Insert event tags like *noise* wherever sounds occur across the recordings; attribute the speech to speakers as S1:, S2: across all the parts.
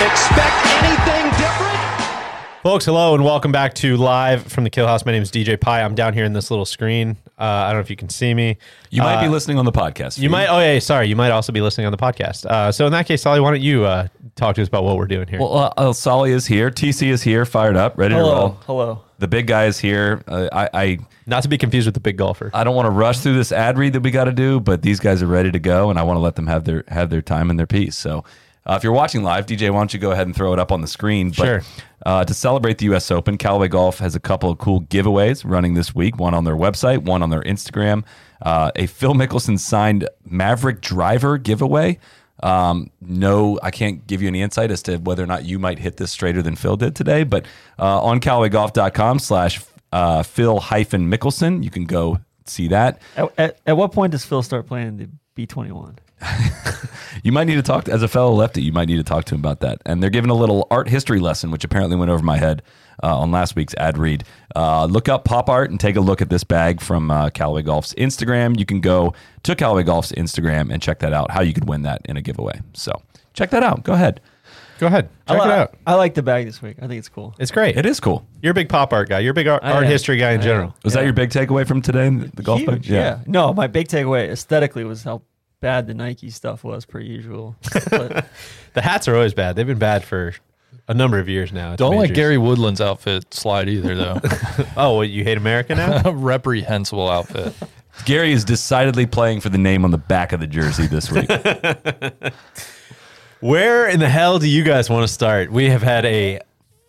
S1: Expect anything different?
S2: Folks, hello and welcome back to Live from the Kill House. My name is DJ Pie. I'm down here in this little screen. Uh, I don't know if you can see me. Uh,
S3: You might be listening on the podcast.
S2: You might, oh, yeah, sorry. You might also be listening on the podcast. Uh, so, in that case, Solly, why don't you uh, talk to us about what we're doing here?
S3: Well, uh, uh, Solly is here. TC is here, fired up, ready to roll.
S4: Hello.
S3: The big guy is here. Uh, I, I
S2: Not to be confused with the big
S4: Uh,
S2: golfer.
S3: I don't want to rush through this ad read that we got to do, but these guys are ready to go, and I want to let them have their have their time and their piece. So, uh, if you're watching live, DJ, why don't you go ahead and throw it up on the screen? But,
S2: Sure.
S3: Uh, to celebrate the U.S. Open, Callaway Golf has a couple of cool giveaways running this week. One on their website, one on their Instagram. Uh, a Phil Mickelson signed Maverick driver giveaway. Um, no, I can't give you any insight as to whether or not you might hit this straighter than Phil did today, but uh, on CallawayGolf.com slash uh, Phil hyphen Mickelson, you can go see that.
S4: At, at, at what point does Phil start playing the B twenty one?
S3: You might need to talk to, as a fellow lefty. You might need to talk to him about that. And they're giving a little art history lesson, which apparently went over my head uh, on last week's ad read. Uh, look up pop art and take a look at this bag from uh, Callaway Golf's Instagram. You can go to Callaway Golf's Instagram and check that out. How you could win that in a giveaway. So check that out. Go ahead.
S2: Go ahead. Check
S4: I,
S2: it
S4: li-
S2: out.
S4: I like the bag this week. I think it's cool.
S2: It's great.
S3: It is cool.
S2: You're a big pop art guy. You're a big art,
S4: I
S2: art
S4: am.
S2: history guy in
S4: I
S2: general.
S4: am.
S3: Was that your big takeaway from today? The golf bag?
S4: Huge, yeah. No, my big takeaway aesthetically was how bad the Nike stuff was per
S2: *laughs*
S4: usual. But
S2: The hats are always bad. They've been bad for a number of years now. at the
S5: Don't like
S2: majors.
S5: Gary Woodland's outfit slide either, though. *laughs*
S2: Oh, well, you hate America
S4: *laughs*
S2: now?
S5: a reprehensible outfit.
S3: Gary is decidedly playing for the name on the back of the jersey this week.
S2: Where in the hell do you guys want to start? We have had a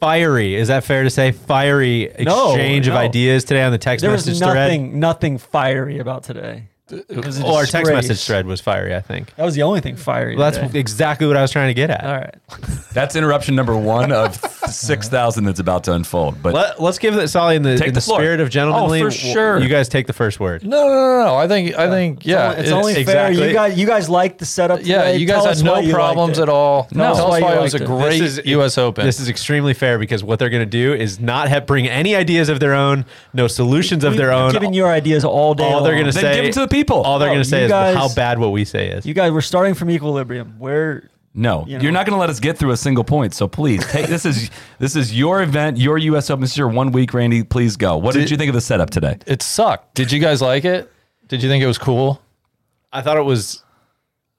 S2: fiery, is that fair to say, fiery
S4: No,
S2: exchange of
S4: no.
S2: ideas today on the text
S4: there was
S2: message
S4: nothing, nothing fiery about today. It was a
S2: thread? Well, our text
S4: disgrace.
S2: message thread was fiery, I think.
S4: That was the only thing fiery.
S2: Well,
S4: today.
S2: that's exactly what I was trying to get at.
S4: all right.
S2: *laughs*
S3: That's interruption number one of six thousand that's about to unfold. But
S2: Let, us give it Solly in the,
S3: Take
S2: in
S3: the
S2: the
S3: floor.
S2: spirit of
S3: Oh,
S2: gentlemanly.
S3: for
S2: w-
S3: sure.
S2: You guys take the first word.
S5: No, no, no, no. I think, I think, yeah.
S4: it's, only fair.
S2: exactly.
S4: You guys, you guys liked the setup.
S5: yeah.
S4: today.
S5: You guys
S4: Tell
S5: had
S4: us why
S5: no
S4: you liked
S5: problems
S4: it.
S5: at all.
S4: No.
S5: Tell us why it was a
S4: This
S5: great
S2: is-
S5: U.S. Open.
S2: This is extremely fair because what they're going to do is not have, bring any ideas of their own, no solutions of
S4: We've
S2: their own.
S4: Giving your ideas all day.
S2: all they're
S4: long.
S2: going to
S3: Then
S2: say,
S3: give it to the people.
S2: All they're
S4: No,
S2: going to say
S4: you
S2: is
S4: guys-
S2: how bad what we say is.
S4: You guys, we're starting from equilibrium. We're
S3: No,
S4: You
S3: you
S4: know.
S3: are not going to let us get through a single point. So please, take, this is *laughs* this is your event, your U.S. Open. This is your one week, Randy. Please go. What did, you think of the setup today?
S5: it sucked. Did you guys like it? Did you think it was cool?
S2: I thought it was.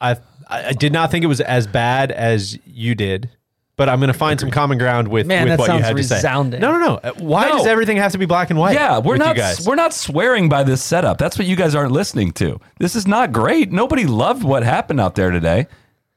S2: I I I did not think it was as bad as you did, but I'm going to find some common ground with,
S4: Man,
S2: with
S4: that
S2: what you
S4: sounds
S2: had
S4: resounding.
S2: to say. No, no, no. Uh, Why
S3: No.
S2: does everything have to be black and white?
S3: Yeah, we're
S2: with
S3: not
S2: You guys?
S3: we're not swearing by this setup. That's what you guys aren't listening to. This is not great. Nobody loved what happened out there today.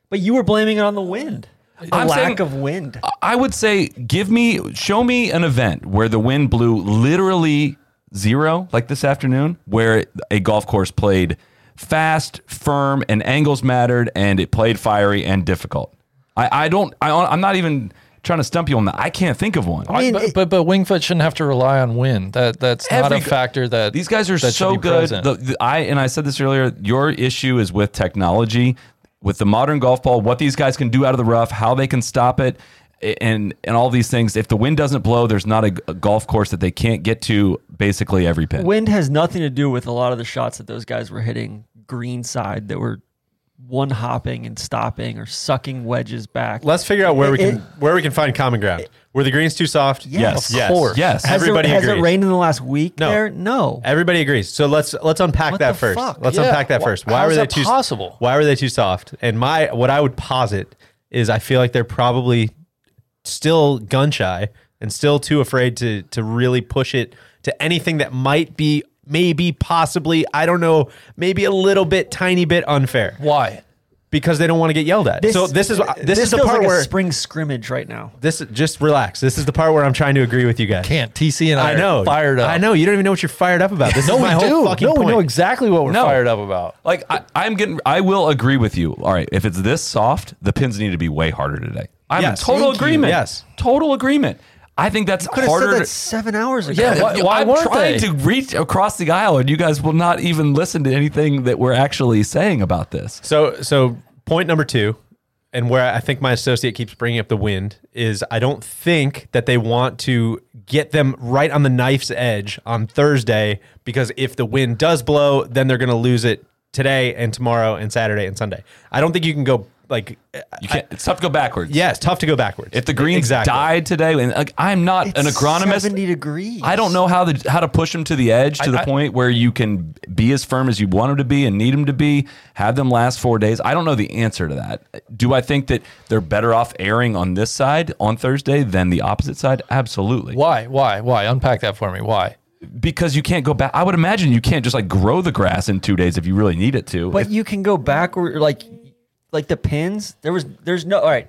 S4: But you were blaming it on the wind. The
S3: I'm
S4: lack
S3: saying-
S4: of wind.
S3: I would say, give me, show me an event where the wind blew literally zero, like this afternoon, where a golf course played fast, firm, and angles mattered, and it played fiery and difficult. I, I don't, I, I'm not even trying to stump you on that. I can't think of one.
S4: I mean,
S5: But,
S4: it-
S5: but but Wingfoot shouldn't have to rely on wind. That that's
S3: Every
S5: not a
S3: g-
S5: factor. That
S3: These guys are
S5: that should
S3: so
S5: be
S3: good.
S5: present.
S3: The, the- I and I said this earlier. Your issue is with technology, with the modern golf ball. What these guys can do out of the rough, how they can stop it, a- and and all these things. If the wind doesn't blow, there's not a, g- a golf course that they can't get to. Basically, every pin.
S4: wind has nothing to do with a lot of the shots that those guys were hitting green side that were one hopping and stopping or sucking wedges back.
S2: Let's figure out where we
S4: It-
S2: can where we can find common ground. Were the greens too soft?
S4: Yes.
S3: Of course. Yes.
S4: has
S2: Everybody
S4: it, has
S2: agrees.
S4: it rained in the last week
S2: No.
S4: there? No.
S2: Everybody agrees. So let's let's unpack
S4: What
S2: that
S4: the
S2: first.
S4: fuck?
S2: Let's
S5: Yeah.
S2: unpack that
S5: Wh-
S2: first. Why
S5: how
S2: were
S5: is
S2: they
S5: that
S2: too
S5: possible?
S2: Why were they too soft? And my what I would posit is I feel like they're probably still gun shy and still too afraid to to really push it to anything that might be maybe possibly I don't know maybe a little bit tiny bit unfair
S5: why?
S2: because they don't want to get yelled at. so this is uh, this, is the
S4: uh, feels
S2: part
S4: like
S2: where
S4: a spring scrimmage right now.
S2: this just relax. This is the part where I'm trying to agree with you guys.
S5: Can't TC and I,
S2: I know.
S5: Are fired up.
S2: I know. You don't even know what you're fired up about.
S5: *laughs*
S2: This
S5: No,
S2: is my
S5: we
S2: whole
S5: do.
S2: fucking
S5: no,
S2: point.
S5: we know exactly what we're
S3: No.
S5: fired up about.
S3: Like I, I'm getting, I will agree with you. All right, if it's this soft, the pins need to be way harder today. I'm
S2: Yes.
S3: in total
S2: Thank you.
S3: agreement.
S2: Yes.
S3: total agreement. I think that's
S4: Could have
S3: harder.
S4: said
S3: to-
S4: that seven hours ago.
S5: Yeah, why, why
S3: I'm
S5: weren't
S3: trying
S5: they?
S3: to reach across the aisle, and you guys will not even listen to anything that we're actually saying about this.
S2: So so point number two, and where I think my associate keeps bringing up the wind is I don't think that they want to get them right on the knife's edge on Thursday because if the wind does blow, then they're going to lose it today and tomorrow and Saturday and Sunday. I don't think you can go like uh,
S3: You can't. it's tough to go backwards.
S2: yeah, it's tough to go backwards.
S3: If the greens
S2: Exactly.
S3: died today, and like, I'm not an agronomist.
S4: Seventy degrees.
S3: I don't know how the how to push them to the edge to the point where you can be as firm as you want them to be and need them to be. Have them last four days. I don't know the answer to that. Do I think that they're better off airing on this side on Thursday than the opposite side? Absolutely.
S5: Why? Why? Why? Unpack that for me. Why?
S3: Because you can't go back. I would imagine you can't just like grow the grass in two days if you really need it to.
S4: But you can go backward, like like the pins. There was there's no all right.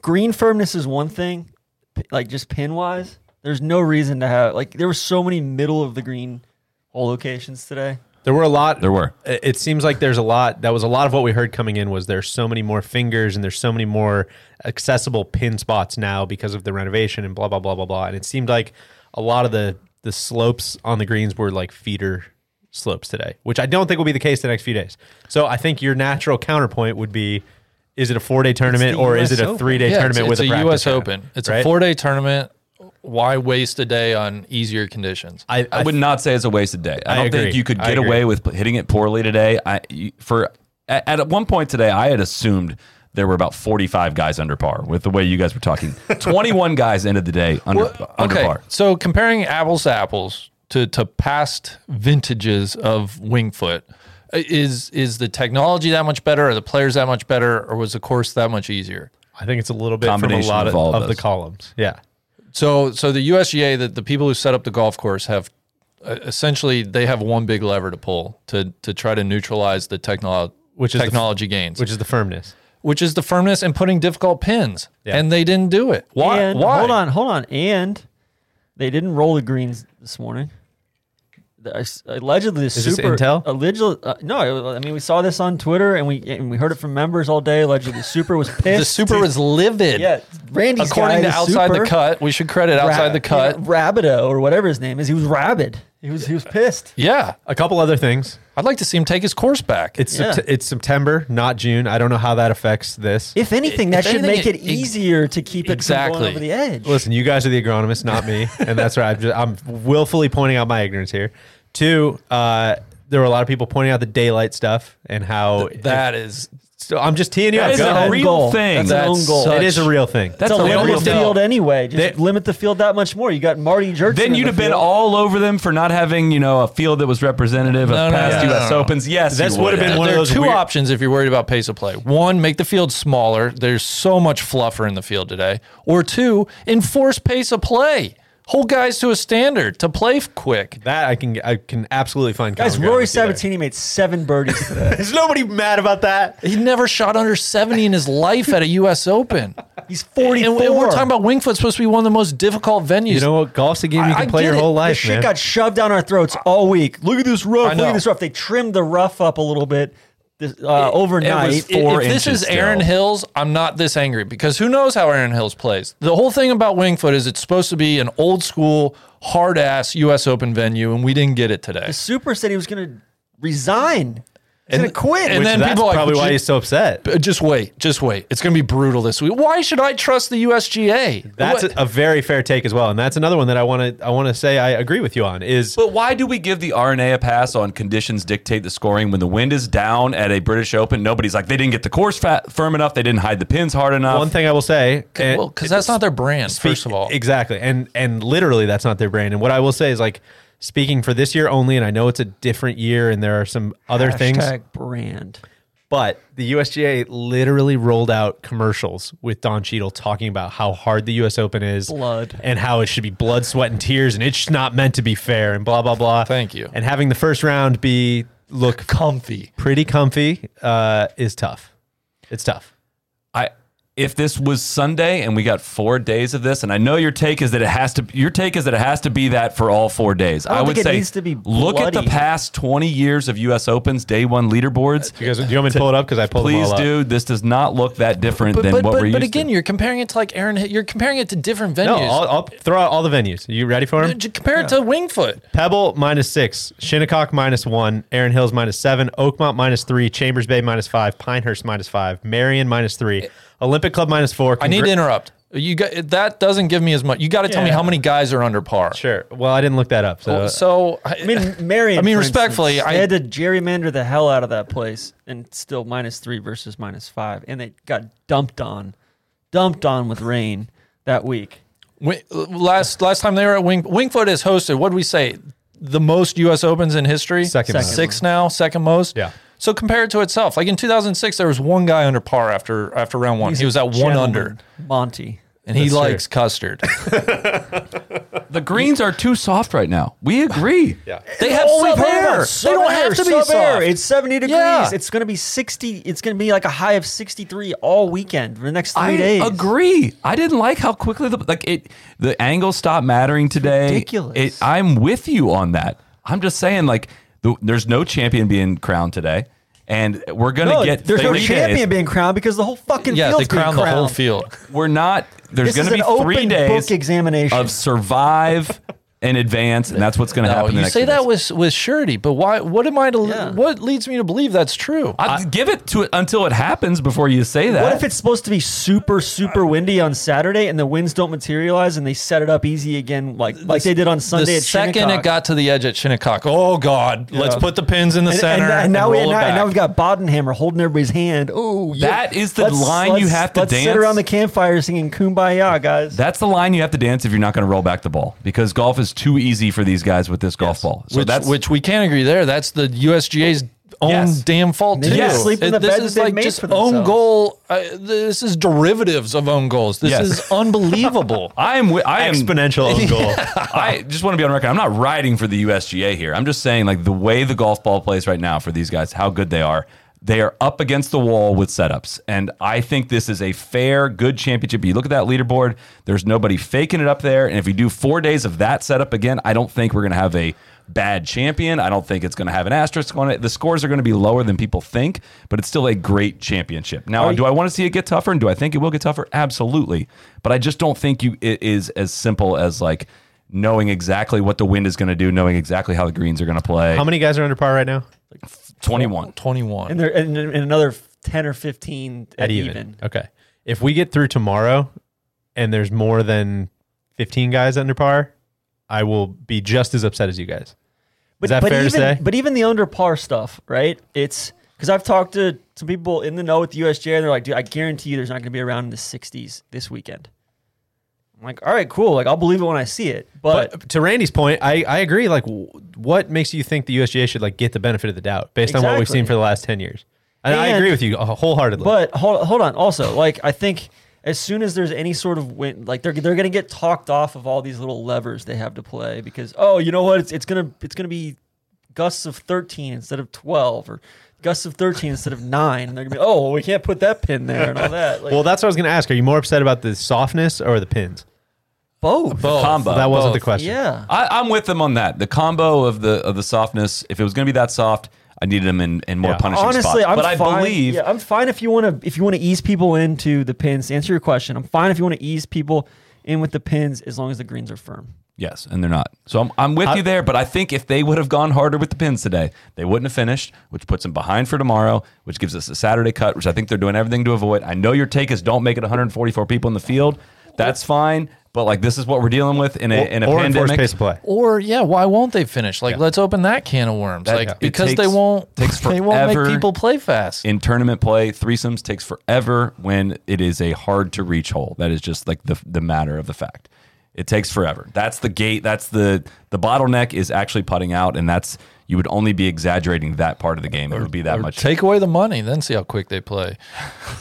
S4: Green firmness is one thing, p- like just pin wise. There's no reason to have like there were so many middle of the green hole locations today.
S2: There were a lot.
S3: There were.
S2: It it seems like there's a lot. That was a lot of what we heard coming in. Was there's so many more fingers and there's so many more accessible pin spots now because of the renovation and blah blah blah blah blah. And it seemed like a lot of the the slopes on the greens were like feeder slopes today, which I don't think will be the case the next few days. So I think your natural counterpoint would be: is it a four day tournament
S4: the
S2: or is
S4: US
S2: it a
S4: Open.
S2: three day
S5: Yeah, it's,
S2: tournament
S5: it's
S2: with
S5: a
S2: practice
S5: U.S.
S2: round,
S5: Open. It's
S2: right?
S5: a four-day tournament. Why waste a day on easier conditions?
S2: I,
S3: I would not say it's a wasted day. I
S2: I
S3: don't think
S2: agree.
S3: you could
S2: I
S3: get
S2: agree.
S3: away with p- hitting it poorly today. I you- for at, at one point today, I had assumed there were about 45 guys under par with the way you guys were talking. 21 guys ended the day under uh, under par.
S5: So comparing apples to apples to to past vintages of Wingfoot, i- is is the technology that much better? Are the players that much better? Or was the course that much easier?
S2: I think it's a little bit from a
S3: Combination
S2: lot
S3: of
S2: of,
S3: all of
S2: of the
S3: those.
S2: columns. Yeah.
S5: So so the USGA, the, the people who set up the golf course have uh, essentially they have one big lever to pull to to try to neutralize the technology
S2: Which is the-
S5: technology gains, which,
S2: Which is the firmness.
S5: is the firmness and putting difficult pins.
S2: Yeah.
S5: And they didn't do it. Why?
S4: And,
S5: Why?
S4: Hold on, hold on. And they didn't roll the greens this morning. The- I s- Allegedly,
S2: this
S4: super
S2: intel?
S4: Allegedly, uh, no. I mean, we saw this on Twitter, and we and we heard it from members all day. Allegedly, super was pissed.
S5: The super was livid.
S4: yeah, Randy's
S5: According
S4: guy,
S5: to
S4: the
S5: outside
S4: super,
S5: the cut, we should credit outside the cut.
S4: yeah, Rabideau or whatever his name is. He was rabid. He was he was pissed.
S5: Yeah,
S2: A couple other things.
S5: I'd like to see him take his course back.
S2: It's
S4: Yeah.
S2: Sept- it's September, not June. I don't know how that affects this.
S4: If anything, that
S5: If
S4: should
S5: anything,
S4: make it
S5: it- ex-
S4: easier to keep it from
S5: Exactly.
S4: going over the edge.
S2: Listen, you guys are the agronomists, not me, and that's right. I'm, just, I'm willfully pointing out my ignorance here. Two, uh, there were a lot of people pointing out the daylight stuff and how
S5: that is
S2: So I'm just teeing you
S3: That
S2: up.
S3: is
S2: Go
S3: a
S2: ahead.
S3: real
S4: goal.
S3: thing.
S4: That's an own goal.
S5: such-
S2: it is a real thing.
S3: That's
S4: It's a
S3: a
S4: limit
S3: real
S4: the field
S3: thing.
S4: anyway. Just limit the field that much more. You got Marty Jerks.
S3: Then you'd have been all over them for not having, you know, a field that was representative
S5: No,
S3: of
S5: no,
S3: past
S5: no, no,
S3: U.S.
S5: no.
S3: Opens. Yes,
S2: This
S3: you
S2: would have
S5: *laughs*
S2: been one of
S5: there are
S2: those
S5: two
S2: weird-
S5: options if you're worried about pace of play. One, make the field smaller. There's so much fluffer in the field today. Or two, enforce pace of play. Hold guys to a standard to play f- quick.
S2: That I can I can absolutely find.
S4: guys.
S2: common ground
S4: Rory
S2: with you there.
S4: Sabatini made seven birdies today.
S2: Is nobody mad about that?
S5: He never shot under 70 in his life at a U.S.
S2: *laughs*
S5: Open.
S4: He's
S5: And,
S4: forty four.
S5: and we're talking about Wingfoot supposed to be one of the most difficult venues.
S2: You know what? Golf's a game you
S4: I-
S2: can
S4: I
S2: play
S4: get
S2: your
S4: it.
S2: whole life,
S4: This shit
S2: man.
S4: got shoved down our throats all week. Look at this rough. Look
S5: know.
S4: at this rough. They trimmed the rough up a little bit this, uh,
S3: it
S4: overnight.
S3: was
S5: if,
S3: four
S5: if this
S3: inches
S5: is Aaron
S3: still.
S5: Hills, I'm not this angry because who knows how Aaron Hills plays. The whole thing about Wingfoot is it's supposed to be an old school, hard ass U.S. Open venue, and we didn't get it today.
S4: the Super said he was going to resign. He's going to quit.
S5: and then
S2: That's
S5: people are like,
S2: probably
S5: "Would
S2: why
S5: you-
S2: he's so upset.
S5: Uh, Just wait, just wait. It's going to be brutal this week. Why should I trust the USGA?
S2: That's
S5: What-
S2: a, a very fair take as well, and that's another one that I want to I want to say I agree with you on. Is
S3: But why do we give the RNA a pass on conditions dictate the scoring when the wind is down at a British Open? Nobody's like they didn't get the course fat, firm enough, they didn't hide the pins hard enough.
S2: one thing I will say, and-
S5: well, because that's not their brand. first of all,
S2: Exactly. And and literally that's not their brand. And what I will say is like speaking for this year only, and I know it's a different year and there are some other things,
S4: Hashtag brand.
S2: but the USGA literally rolled out commercials with Don Cheadle talking about how hard the US Open is.
S4: Blood.
S2: And how it should be blood, sweat, and tears, and it's just not meant to be fair and blah blah blah.
S5: Thank you.
S2: And having the first round be look
S5: comfy.
S2: pretty comfy uh, is tough. It's tough.
S3: I if this was Sunday and we got four days of this, and I know your take is that it has to. Your take is that it has to be that for all four days. I,
S4: don't
S3: would
S4: think it
S3: say
S4: needs to be
S3: look at the
S4: bloody.
S3: past twenty years of U.S. Opens day one leaderboards.
S2: You guys, do you want me to pull it up? Because I pulled them
S3: Please
S2: all up.
S3: do. This does not look that different
S5: But
S3: than
S5: but,
S3: what
S5: but,
S3: we're
S5: but
S3: used
S5: again,
S3: to.
S5: you're comparing it to like Aaron. Hill- You're comparing it to different venues.
S2: No, I'll, I'll throw out all the venues. you ready for them?
S5: Dude, compare it to Wingfoot.
S2: Pebble minus six, Shinnecock minus one, Aaron Hills minus seven, Oakmont minus three, Chambers Bay minus five, Pinehurst minus five, Marion minus three, Olympic Club minus four.
S5: Eh. I need to interrupt. You got that doesn't give me as much. You got to tell me how many guys are under par.
S2: Sure. Well, I didn't look that up. So,
S5: Well, So *laughs* I
S4: Uh, I mean, Marion.
S5: I mean,
S4: for
S5: respectfully,
S4: instance,
S5: I-
S4: they had to gerrymander the hell out of that place, and still minus three versus minus five, and they got dumped on, dumped on with rain that week.
S5: Wi- last last time they were at Wing Wingfoot is hosted. What did we say? The most U.S. Opens in history.
S2: Second Second most.
S5: six now, second most.
S2: Yeah.
S5: So compare it to itself. Like in 2006, there was one guy under par after after round one. he was at one under,
S4: Monty.
S5: and he
S2: That's true.
S5: likes
S4: *laughs*
S5: custard.
S3: the greens are too soft right now. We *laughs* agree.
S5: they have sub air.
S4: Sub air.
S5: They
S4: Oh, Sub
S5: don't
S4: air,
S5: have to be
S4: sub
S5: soft.
S4: air. It's 70 degrees.
S5: Yeah.
S4: It's going to be 60. It's going to be like a high of 63 all weekend for the next three
S3: I
S4: days.
S3: agree. I didn't like how quickly the like it the angles stopped mattering today.
S4: ridiculous.
S3: It, I'm with you on that. I'm just saying like the, there's no champion being crowned today, and we're gonna
S4: No,
S3: get
S4: there's no
S3: three days.
S4: champion being crowned because the whole fucking
S5: yeah,
S4: field's
S5: they crown
S4: being
S5: the
S4: crowned.
S5: whole field.
S3: We're not. There's
S4: This
S3: gonna
S4: is an
S3: be
S4: open
S3: three
S4: book
S3: days
S4: examination.
S3: of survive
S4: *laughs*
S3: and advance, and that's what's gonna
S5: No,
S3: happen. the
S5: you
S3: next
S5: say
S3: two
S5: that
S3: days.
S5: with with surety, but why? What am I to?
S4: Yeah.
S5: What leads me to believe that's true?
S3: I, give it to it until it happens before you say that.
S4: What if it's supposed to be super, super windy on Saturday and the winds don't materialize and they set it up easy again, like like they did on Sunday
S5: the
S4: at
S5: second
S4: Shinnecock?
S5: it got to the edge at Shinnecock, oh god, let's put the pins in the
S4: and,
S5: center.
S4: and, and now
S5: roll
S4: we
S5: it
S4: now, and
S5: back.
S4: now we've got Bodenhammer holding everybody's hand. Oh, yeah.
S3: That is the line you have to
S4: let's
S3: dance.
S4: sit around the campfire singing "Kumbaya," guys.
S3: That's the line you have to dance if you're not going to roll back the ball because golf is too easy for these guys with this golf ball. So
S5: which,
S3: that's
S5: which we can agree there. That's the USGA's own
S3: Yes.
S5: damn fault
S4: They
S5: too.
S3: just
S4: sleep in
S5: It-
S4: the
S5: this
S4: bed
S5: is
S4: that they
S5: like
S4: made
S5: just
S4: for
S5: own
S4: themselves.
S5: goal. Uh, this is derivatives of own goals. This
S3: Yes.
S5: is
S3: *laughs*
S5: unbelievable.
S3: I am. wi- I am.
S2: exponential
S5: *laughs*
S2: own goal.
S3: *laughs* I just want to be on record. I'm not riding for the USGA here. I'm just saying, like the way the golf ball plays right now for these guys, how good they are. They are up against the wall with setups, and I think this is a fair, good championship. You look at that leaderboard. There's nobody faking it up there, and if we do four days of that setup again, I don't think we're going to have a bad champion. I don't think it's going to have an asterisk on it. The scores are going to be lower than people think, but it's still a great championship. Now, do I want to see it get tougher? And do I think it will get tougher? Absolutely. But I just don't think you it is as simple as like knowing exactly what the wind is going to do, knowing exactly how the greens are going to play.
S2: How many guys are under par right now?
S3: 21.
S5: Twenty-one.
S4: and there and, and another ten or fifteen at, even.
S2: Okay. If we get through tomorrow and there's more than 15 guys under par, I will be just as upset as you guys.
S4: But,
S2: that
S4: but
S2: fair to
S4: even,
S2: say?
S4: But even the under par stuff, right? It's because I've talked to some people in the know with USJ, and they're like, "Dude, I guarantee you, there's not going to be around in the 60s this weekend." I'm like, "All right, cool. Like, I'll believe it when I see it." But,
S2: But uh, to Randy's point, I, I agree. Like, w- what makes you think the USGA should like get the benefit of the doubt based on what we've
S4: Exactly.
S2: seen for the last ten years? And, I
S4: And-
S2: agree with you uh, wholeheartedly.
S4: But hold, hold on. Also, like I think as soon as there's any sort of win, like they're they're gonna get talked off of all these little levers they have to play because oh, you know what? It's it's gonna it's gonna be gusts of thirteen instead of twelve or gusts of thirteen instead of nine, and they're gonna be oh, well, we can't put that pin there and all that.
S2: *laughs*
S4: Like,
S2: well, that's what I was going to ask. Are you more upset about the softness or the pins?
S4: both. Uh,
S3: Combo.
S2: that wasn't the
S5: both.
S2: question.
S4: Yeah.
S3: I, I'm with them on that. The combo of the of the softness. If it was going to be that soft, I needed them in, in more
S2: Yeah.
S3: punishing spots.
S4: Honestly, I'm
S3: but
S4: fine.
S3: I believe
S4: yeah, I'm fine if you want to if you want to ease people into the pins. To answer your question, I'm fine if you want to ease people in with the pins as long as the greens are firm.
S3: Yes, and they're not. So I'm, I'm with you there, but I think if they would have gone harder with the pins today, they wouldn't have finished, which puts them behind for tomorrow, which gives us a Saturday cut, which I think they're doing everything to avoid. I know your take is don't make it 144 people in the field. That's fine, but like this is what we're dealing with in a, in a
S2: or enforce
S3: pandemic.
S2: pace of play.
S5: Or yeah, why won't they finish? Like, let's open that can of worms.
S3: That-
S5: like
S3: yeah. It
S5: because they
S3: takes-
S5: won't
S3: takes
S5: *laughs* they won't
S3: forever.
S5: make people play fast.
S3: in tournament play, threesomes takes forever when it is a hard to reach hole. That is just like the the matter of the fact. It takes forever. That's the gate. That's the the bottleneck is actually putting out, and that's you would only be exaggerating that part of the game. It would be that much.
S5: Take away the money, then see how quick they play.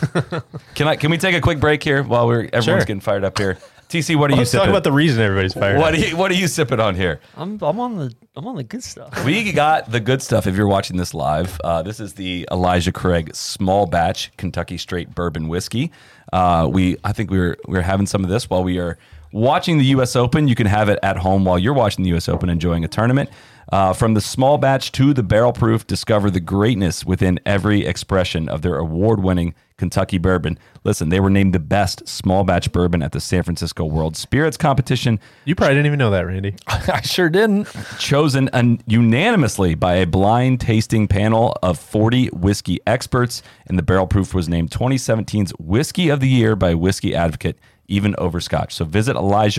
S5: *laughs*
S3: can I? Can we take a quick break here while we're everyone's
S2: Sure.
S3: getting fired up here? TC, what are you
S2: Let's talk
S3: sipping?
S2: about the reason everybody's fired.
S3: what
S2: What?
S3: are you, what are you sipping on here?
S4: I'm I'm on the I'm on the good stuff.
S3: We got the good stuff. If you're watching this live, uh, this is the Elijah Craig Small Batch Kentucky Straight Bourbon Whiskey. Uh, we, I think we were we were having some of this while we are watching the U.S. Open. You can have it at home while you're watching the U.S. Open, enjoying a tournament. Uh, from the small batch to the barrel proof, discover the greatness within every expression of their award winning Kentucky bourbon. Listen, they were named the best small batch bourbon at the San Francisco World Spirits Competition
S2: You probably didn't even know that,
S4: *laughs*
S2: Randy.
S5: I sure didn't.
S3: chosen un- unanimously by a blind tasting panel of 40 whiskey experts, and the barrel proof was named 2017's Whiskey of the Year by Whiskey Advocate, even over Scotch. So visit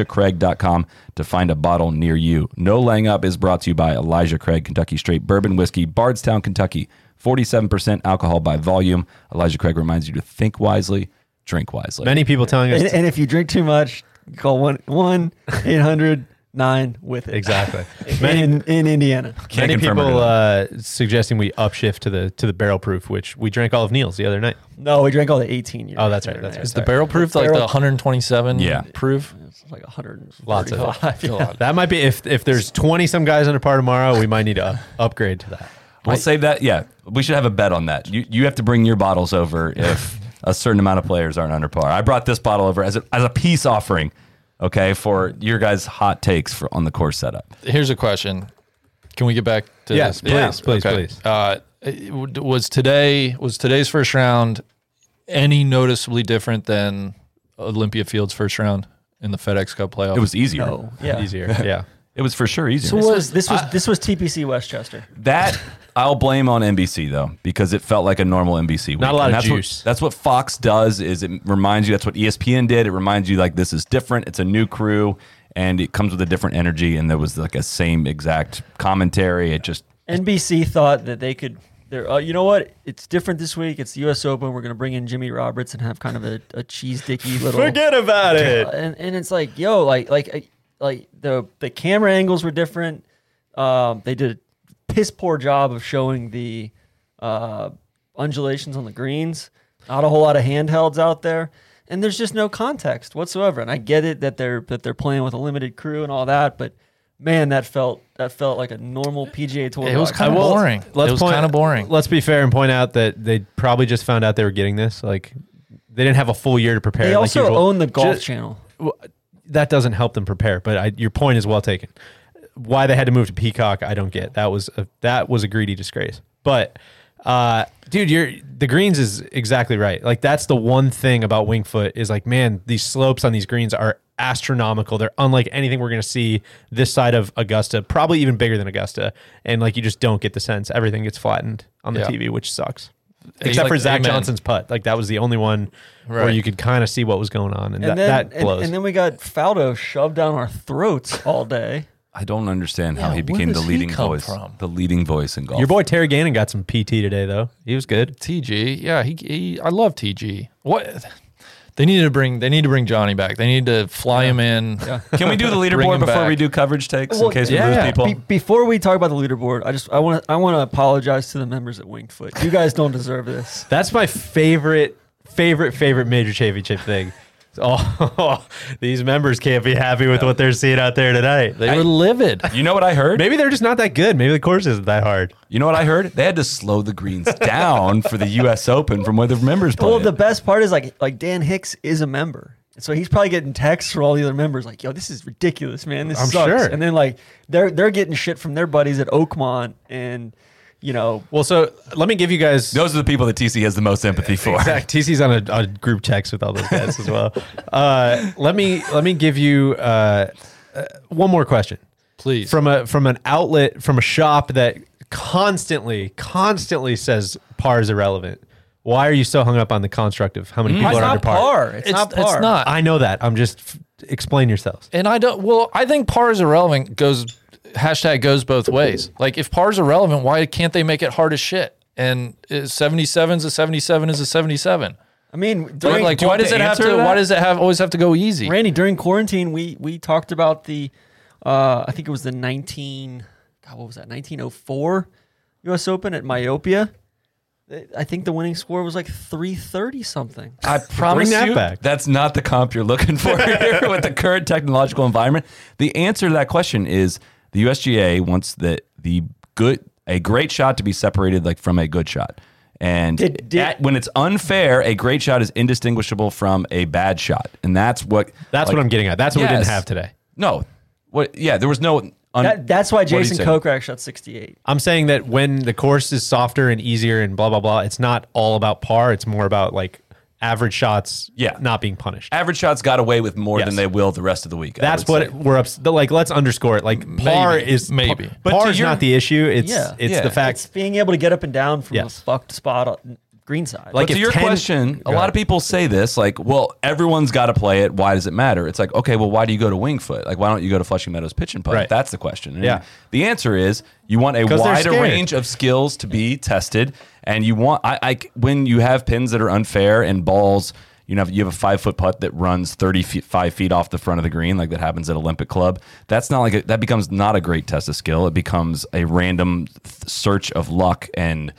S3: ElijahCraig.com to find a bottle near you. No Laying Up is brought to you by Elijah Craig Kentucky Straight Bourbon Whiskey, Bardstown, Kentucky. 47% alcohol by volume. Elijah Craig reminds you to think wisely, drink wisely.
S2: Many people telling us
S4: And, and if you drink too much, call one one eight hundred nine with it. *laughs*
S2: exactly. Many,
S4: In in Indiana.
S3: Can't
S2: many
S3: confirm or
S2: people
S3: deny.
S2: uh, suggesting we upshift to the to the barrel proof, which we drank all of Neil's the other night.
S4: No, we drank all the 18 years.
S2: Oh, that's right, that's right.
S5: Is the barrel proof like the
S4: Barrel-
S5: 127
S3: Yeah.
S5: proof?
S4: It's like 100.
S2: Lots of it. *laughs*
S5: God.
S2: That might be if if there's twenty some guys on a par tomorrow, we might need to up, upgrade to that.
S3: We'll save that. Yeah, we should have a bet on that. You you have to bring your bottles over
S2: *laughs*
S3: if a certain amount of players aren't under par. I brought this bottle over as a, as a peace offering, okay, for your guys' hot takes for on the course setup.
S5: Here's a question. Can we get back to
S2: Yes,
S5: this?
S2: please, please, please.
S5: Uh, it w- was today was today's first round any noticeably different than Olympia Field's first round in the FedEx Cup playoff?
S3: It was easier.
S4: No.
S2: *laughs*
S4: Yeah. *laughs*
S2: Easier, yeah.
S3: It was for sure easier.
S4: This was this was this was TPC Westchester.
S3: that I'll blame on NBC though because it felt like a normal NBC. Week.
S2: Not a lot
S3: And
S2: of
S3: that's what-
S2: juice.
S3: that's what Fox does. Is it reminds you that's what E ESPN did. It reminds you like this is different. It's a new crew and it comes with a different energy. And there was like a same exact commentary. It just
S4: NBC thought that they could. They're, uh, you know what? It's different this week. It's the U.S. Open. We're going to bring in Jimmy Roberts and have kind of a, a cheese dicky little. uh,
S2: about it.
S4: and and it's like yo like like uh, like the the camera angles were different um they did a piss poor job of showing the uh undulations on the greens not a whole lot of handhelds out there and there's just no context whatsoever and i get it that they're that they're playing with a limited crew and all that but man that felt that felt like a normal pga tour
S5: It was
S4: box.
S5: kind of
S2: I will-
S5: boring. It was
S2: point-
S5: kind of boring.
S2: Let's be fair and point out that they probably just found out they were getting this. Like they didn't have a full year to prepare.
S4: they
S2: like
S4: also
S2: usual.
S4: own the golf
S2: Ju-
S4: channel
S2: w- that doesn't help them prepare. But I, your point is well taken. Why they had to move to Peacock, I don't get. That was a, that was a greedy disgrace. But uh, dude, you're the greens is exactly right. Like that's the one thing about Wingfoot is like, man, these slopes on these greens are astronomical. They're unlike anything we're gonna see this side of Augusta, probably even bigger than Augusta. And like you just don't get the sense everything gets flattened on the
S5: Yeah.
S2: TV, which sucks.
S5: Hey,
S2: Except for
S5: like,
S2: Zach
S5: amen.
S2: Johnson's putt, like that was the only one where
S5: Right.
S2: you could kind of see what was going on, and, that, that
S4: and,
S2: blows.
S4: and then we got Faldo shoved down our throats
S2: *laughs*
S4: all day.
S3: I don't understand how
S5: Yeah,
S3: he
S5: where
S3: became the
S5: does he
S3: leading
S5: come
S3: voice,
S5: from?
S3: the leading voice in golf.
S2: Your boy Terry Gannon got some PT today, though. He was good.
S5: TG. Yeah, he, he I love TG. What they need to bring they need to bring Johnny back. They need to fly him in.
S3: Can we do *laughs* the
S5: Bring
S3: leaderboard
S5: him
S3: before
S5: back.
S3: we do coverage takes
S4: Well,
S3: in case we
S2: yeah.
S3: lose people?
S4: Be- before we talk about the leaderboard, I just I want to I want to apologize to the members at Wingfoot. You guys don't deserve this.
S2: That's my favorite, favorite, favorite major championship thing. *laughs* Oh, *laughs* these members can't be happy with what they're seeing out there tonight.
S5: They were livid.
S3: You know what I heard?
S2: Maybe they're just not that good. Maybe the course isn't that hard.
S3: You know what I heard? They had to slow the greens down for the U.S. Open from where the members played.
S4: Well, the best part is like like Dan Hicks is a member, so he's probably getting texts from all the other members like, "Yo, this is ridiculous, man. This
S2: I'm
S4: sucks."
S2: sure.
S4: And then like they're they're getting shit from their buddies at Oakmont, and you know
S2: Well, so let me give you guys. *laughs*
S3: Those are the people that TC has the most empathy for.
S2: Exact. TC's on a, a group text with all those guys as *laughs* well. Uh, let me let me give you uh, uh, one more question.
S5: Please.
S2: from a from an outlet from a shop that constantly constantly says par is irrelevant. Why are you so hung up on the construct of how many
S3: Mm-hmm.
S2: people
S4: it's
S2: are under
S4: not
S2: par?
S4: par. It's, not par.
S5: It's not.
S2: I know that. I'm just f- explain yourselves.
S5: And I don't. Well, I think par is irrelevant. Goes hashtag goes both ways. Like if par is irrelevant, why can't they make it hard as shit? And seventy seven is a seventy seven is a seventy seven.
S4: I mean,
S5: Like,
S4: during,
S5: why does it have to? Why does it have always have to go easy?
S4: Randy, during quarantine, we we talked about the, uh, I think it was the nineteen, God, what was that? Nineteen oh four, U.S. Open at Myopia. I think the winning score was like 330 something.
S2: *laughs*
S3: I promise
S2: that
S3: you,
S2: back.
S3: that's not the comp you're
S2: *laughs*
S3: looking for here with the current technological environment. The answer to that question is the USGA wants that the good a great shot to be separated like from a good shot. And
S4: Did- did-
S3: at- when it's unfair, a great shot is indistinguishable from a bad shot, and that's what
S2: That's
S3: like-
S2: what I'm getting at. That's what we
S3: Yes.
S2: didn't have today.
S3: No, what? Yeah, there was no. un-
S4: That, that's why
S3: What did he
S4: Jason
S3: say?
S4: Kokrak shot 68.
S2: I'm saying that when the course is softer and easier and blah blah blah, it's not all about par. It's more about like average shots,
S3: Yeah.
S2: not being punished.
S3: average shots got away with more than
S2: Yes.
S3: they will the rest of the week. I
S2: That's what
S3: would say.
S2: we're up. the- Like, let's underscore it. Like, par
S5: Maybe,
S2: is
S5: maybe.
S2: par,
S5: But
S3: to
S2: is
S3: your-
S2: not the issue. It's
S4: Yeah.
S2: it's
S3: Yeah.
S2: the
S4: It's
S2: fact.
S4: being able to get up and down from
S2: Yes.
S4: a fucked spot on green side.
S2: Like
S3: but
S2: if
S3: to your
S2: 10
S3: question, a
S2: Go
S3: lot
S2: ahead.
S3: of people say this, like, well, everyone's got to play it. Why does it matter? It's like, okay, well, why do you go to Wingfoot? Like, why don't you go to Flushing Meadows Pitch and Putt?
S2: Right.
S3: That's the question. And
S2: Yeah.
S3: The answer is you want a
S2: 'Cause they're
S3: wider
S2: scared.
S3: range of skills to be tested, and you want I, I when you have pins that are unfair and balls. You know, you have a five foot putt that runs 35 feet off the front of the green, like that happens at Olympic Club. That's not like a, that becomes not a great test of skill. It becomes a random th- search of luck and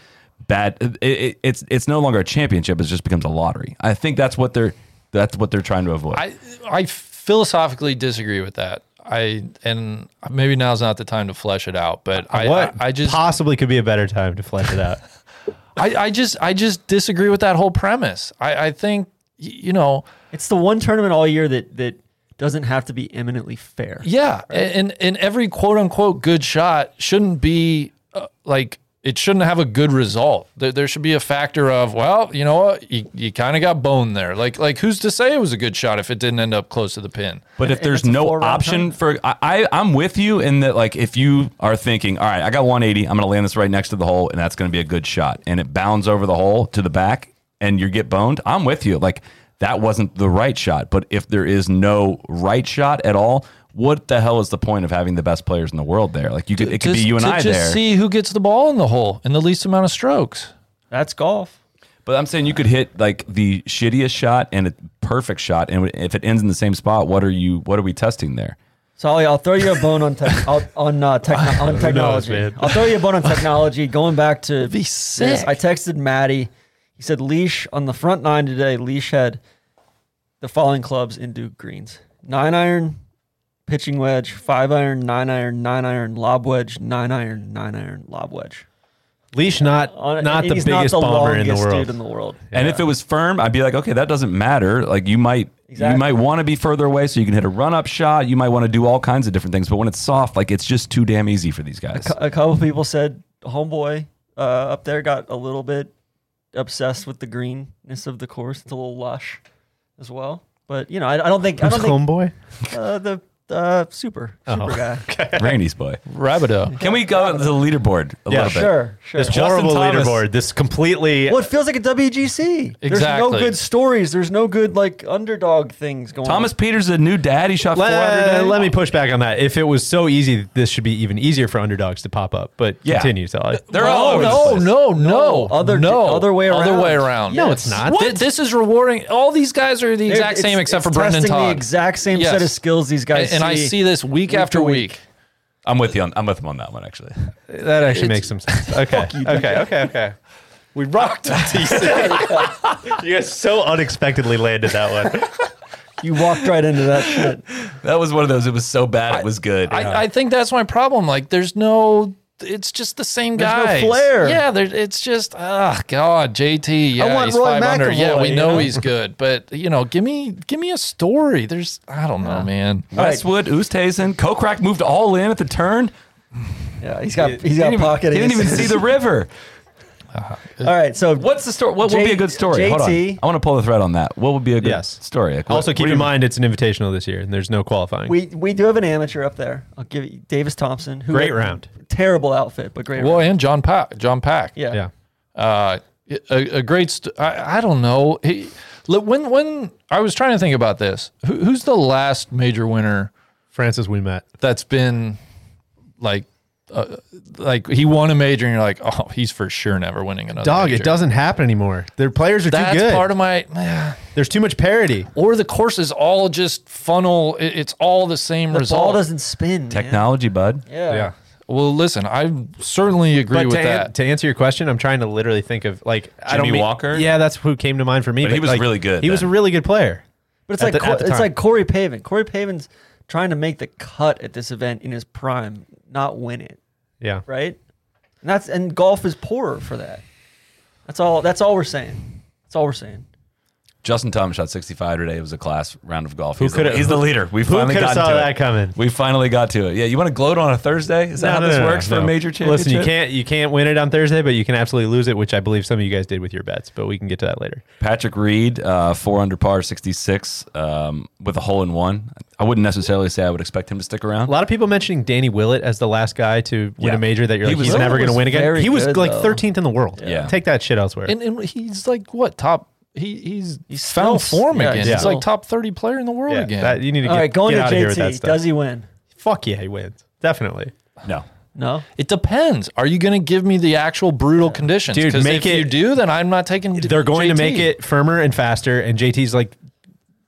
S3: bad. It, it, it's it's no longer a championship. It just becomes a lottery. I think that's what they're that's what they're trying to avoid.
S5: I I philosophically disagree with that. I and maybe now's not the time to flesh it out, but I
S2: what
S5: I, I just
S2: possibly could be a better time to flesh it out.
S5: I, I just I just disagree with that whole premise. I, I think y- you know
S4: it's the one tournament all year that that doesn't have to be eminently fair.
S5: yeah, and and every quote unquote good shot shouldn't be uh, like it shouldn't have a good result. There, there should be a factor of well you know what you, you kind of got boned there. Like like who's to say it was a good shot if it didn't end up close to the pin?
S3: But if there's
S4: it's a
S3: no
S4: four-round
S3: option for, I, I, I'm with you in that, like, if you are thinking, all right, I got 180, I'm going to land this right next to the hole, and that's going to be a good shot, and it bounds over the hole to the back, and you get boned, I'm with you. Like, that wasn't the right shot. But if there is no right shot at all, what the hell is the point of having the best players in the world there? Like, you could, it could
S5: Just-
S3: be you and
S5: to
S3: I
S5: just
S3: there.
S5: see who gets the ball in the hole in the least amount of strokes.
S4: That's golf.
S3: but I'm saying you could hit like the shittiest shot and a perfect shot, and if it ends in the same spot, what are you? What are we testing there?
S4: So Ollie, I'll throw you a bone on tech I'll- on
S2: *laughs*
S4: uh, techno- on technology.
S2: man?
S4: I'll throw you a bone on technology. Going back to be
S5: sick.
S4: I texted Maddie. He said leash on the front nine today. Leash had the following clubs in Duke greens: nine iron, pitching wedge, five iron, nine iron, nine iron, lob wedge, nine iron, nine iron, lob wedge.
S2: Leash not
S4: *laughs* On-
S2: not
S4: and
S2: the
S4: he's
S2: biggest bomber in the
S4: longest
S2: world.
S4: Dude in the world.
S3: And if it was firm, I'd be like, okay, that doesn't matter. Like you might you
S4: Exactly.
S3: might want to be further away so you can hit a run up shot. You might want to do all kinds of different things. But when it's soft, like it's just too damn easy for these *laughs* guys.
S4: a couple people said homeboy uh, up there got a little bit obsessed with the greenness of the course. It's a little lush as well, but you know, I, I don't think I don't think
S2: homeboy.
S4: uh, the uh, super
S5: Oh,
S4: super guy.
S3: Randy's boy.
S5: Rabideau.
S3: Can we go to the leaderboard a
S2: Yeah,
S3: little bit?
S4: Sure, sure.
S2: This
S3: Justin
S2: horrible
S3: Thomas-
S2: leaderboard. This completely.
S4: Well, it feels like a WGC. There's no
S5: Exactly.
S4: good stories. There's no good like underdog things going.
S3: Thomas
S4: on.
S3: Peters, a new dad. He shot 400 today.
S2: Let, let me push back on that. If it was so easy, this should be even easier for underdogs to pop up. But
S3: Yeah.
S2: continue, Sally.
S3: They're all over the
S5: Oh, no,
S3: place.
S5: no, no,
S4: No, other-
S5: no,
S4: other way
S5: other
S4: around.
S5: way around.
S4: No,
S2: it's not.
S5: Thi- This is rewarding. All these guys are the
S4: They're-
S5: exact
S4: it's-
S5: same except for
S4: it's
S5: Brendan
S4: testing The
S5: Todd.
S4: exact same
S5: Yes.
S4: set of skills these
S5: and,
S4: guys.
S5: and I see this week,
S4: week
S5: after
S4: to
S5: week.
S4: week.
S3: I'm with you on I'm with him on that one actually.
S2: That actually makes some sense. Okay. okay. Okay. Okay. We rocked TC. *laughs* you guys so unexpectedly landed that one.
S4: You walked right into that shit.
S3: That was one of those. It was so bad it was good.
S5: I, I think that's my problem. Like, there's no. It's just the same
S4: There's no
S5: guys.
S4: flair.
S5: Yeah, there, it's just oh god, JT. Yeah,
S4: want
S5: he's
S4: Roy
S5: five under. Yeah,
S4: McIlroy,
S5: we
S4: you
S5: know,
S4: know?
S5: he's
S4: *laughs*
S5: good, but you know, give me give me a story. There's I don't know, man.
S3: Westwood, Oosthuizen, Kokrak moved all in at the turn.
S4: Yeah, he's got he's
S3: He
S4: got
S3: didn't even,
S4: pocket.
S3: he didn't even
S4: aces.
S3: *laughs* see the river.
S4: All right, so
S3: What's the story? What would be a good story? Hold on.
S4: JT.
S3: I want to pull the thread on that. What would be a good
S2: Yes.
S3: story? Like, what-
S2: Also,
S3: what
S2: keep
S3: do
S2: in
S3: you-
S2: mind it's an invitational this year, and there's no qualifying.
S4: We we do have an amateur up there. I'll give you Davis Thompson. Who
S2: Great round.
S4: Terrible outfit, but great.
S5: Well,
S4: round.
S5: and John Pack. John Pack.
S4: Yeah.
S2: yeah.
S5: uh, a, a great. St- I, I don't know. He, li- when when I was trying to think about this, who, who's the last major winner
S2: Francis, we met.
S5: that's been like uh, like he won a major and you're like, oh, he's for sure never winning another.
S2: Dog,
S5: major."
S2: it doesn't happen anymore. Their players are
S5: That's
S2: too good.
S5: part of my.
S2: there's too much parity.
S5: Or the courses all just funnel. It, it's all the same
S4: the ball
S5: result.
S4: doesn't spin. man.
S3: Technology, bud.
S4: Yeah.
S5: Well, listen, I certainly agree
S2: But
S5: with
S2: to, an-
S5: that.
S2: to answer your question, I'm trying to literally think of like I don't
S3: Jimmy
S2: mean-
S3: Walker?
S2: Yeah, that's who came to mind for me.
S3: But he was
S2: like,
S3: really good
S2: He was a
S3: then.
S2: really good player.
S4: But it's
S2: at
S4: like
S2: the-
S4: Cor-
S2: at the
S4: it's
S2: time.
S4: like Corey Pavin. Corey Pavin's trying to make the cut at this event in his prime, not win it,
S2: Yeah.
S4: right? And that's and golf is poorer for that. That's all. That's all we're saying. That's all we're saying.
S3: Justin Thomas shot 65 today. It was a class round of golf. he's, the,
S2: coulda-
S3: he's the leader. We
S2: Who
S3: finally
S2: could have
S3: got
S2: saw
S3: to
S2: that
S3: it.
S2: coming?
S3: We finally got to it. Yeah, you want to gloat on a Thursday? Is that how
S2: No, no,
S3: this
S2: no, no,
S3: works for
S2: no.
S3: a major championship?
S2: Listen, you can't you can't win it on Thursday, but you can absolutely lose it, which I believe some of you guys did with your bets. But we can get to that later.
S3: Patrick Reed, uh, four under par, 66, um, with a hole in one. I wouldn't necessarily say I would expect him to stick around.
S2: A lot of people mentioning Danny Willett as the last guy to win
S3: Yeah.
S2: a major that you're
S3: He
S2: like
S3: was-
S2: he's never going
S4: Willett
S2: to
S4: was
S2: win again.
S4: very
S2: He was
S4: good,
S2: like
S4: though.
S2: 13th in the world.
S3: Yeah.
S2: Take that shit elsewhere.
S5: and, and he's like what top? He he's,
S4: He's
S5: found
S4: still-
S5: form
S4: yeah,
S5: again.
S4: yeah.
S5: He's like top thirty player in the world
S2: yeah,
S5: again.
S2: that, you need to get,
S4: all right, going
S2: get
S4: to
S2: out of here with that
S4: JT.
S2: stuff.
S4: Does he win?
S2: Fuck yeah, he wins definitely.
S3: No.
S4: No.
S5: it depends. Are you going to give me the actual brutal conditions?
S2: Dude,
S5: 'Cause
S2: make
S5: if you
S2: it-
S5: do, then I'm not taking.
S2: They're going to
S5: JT.
S2: make it firmer and faster, and JT's like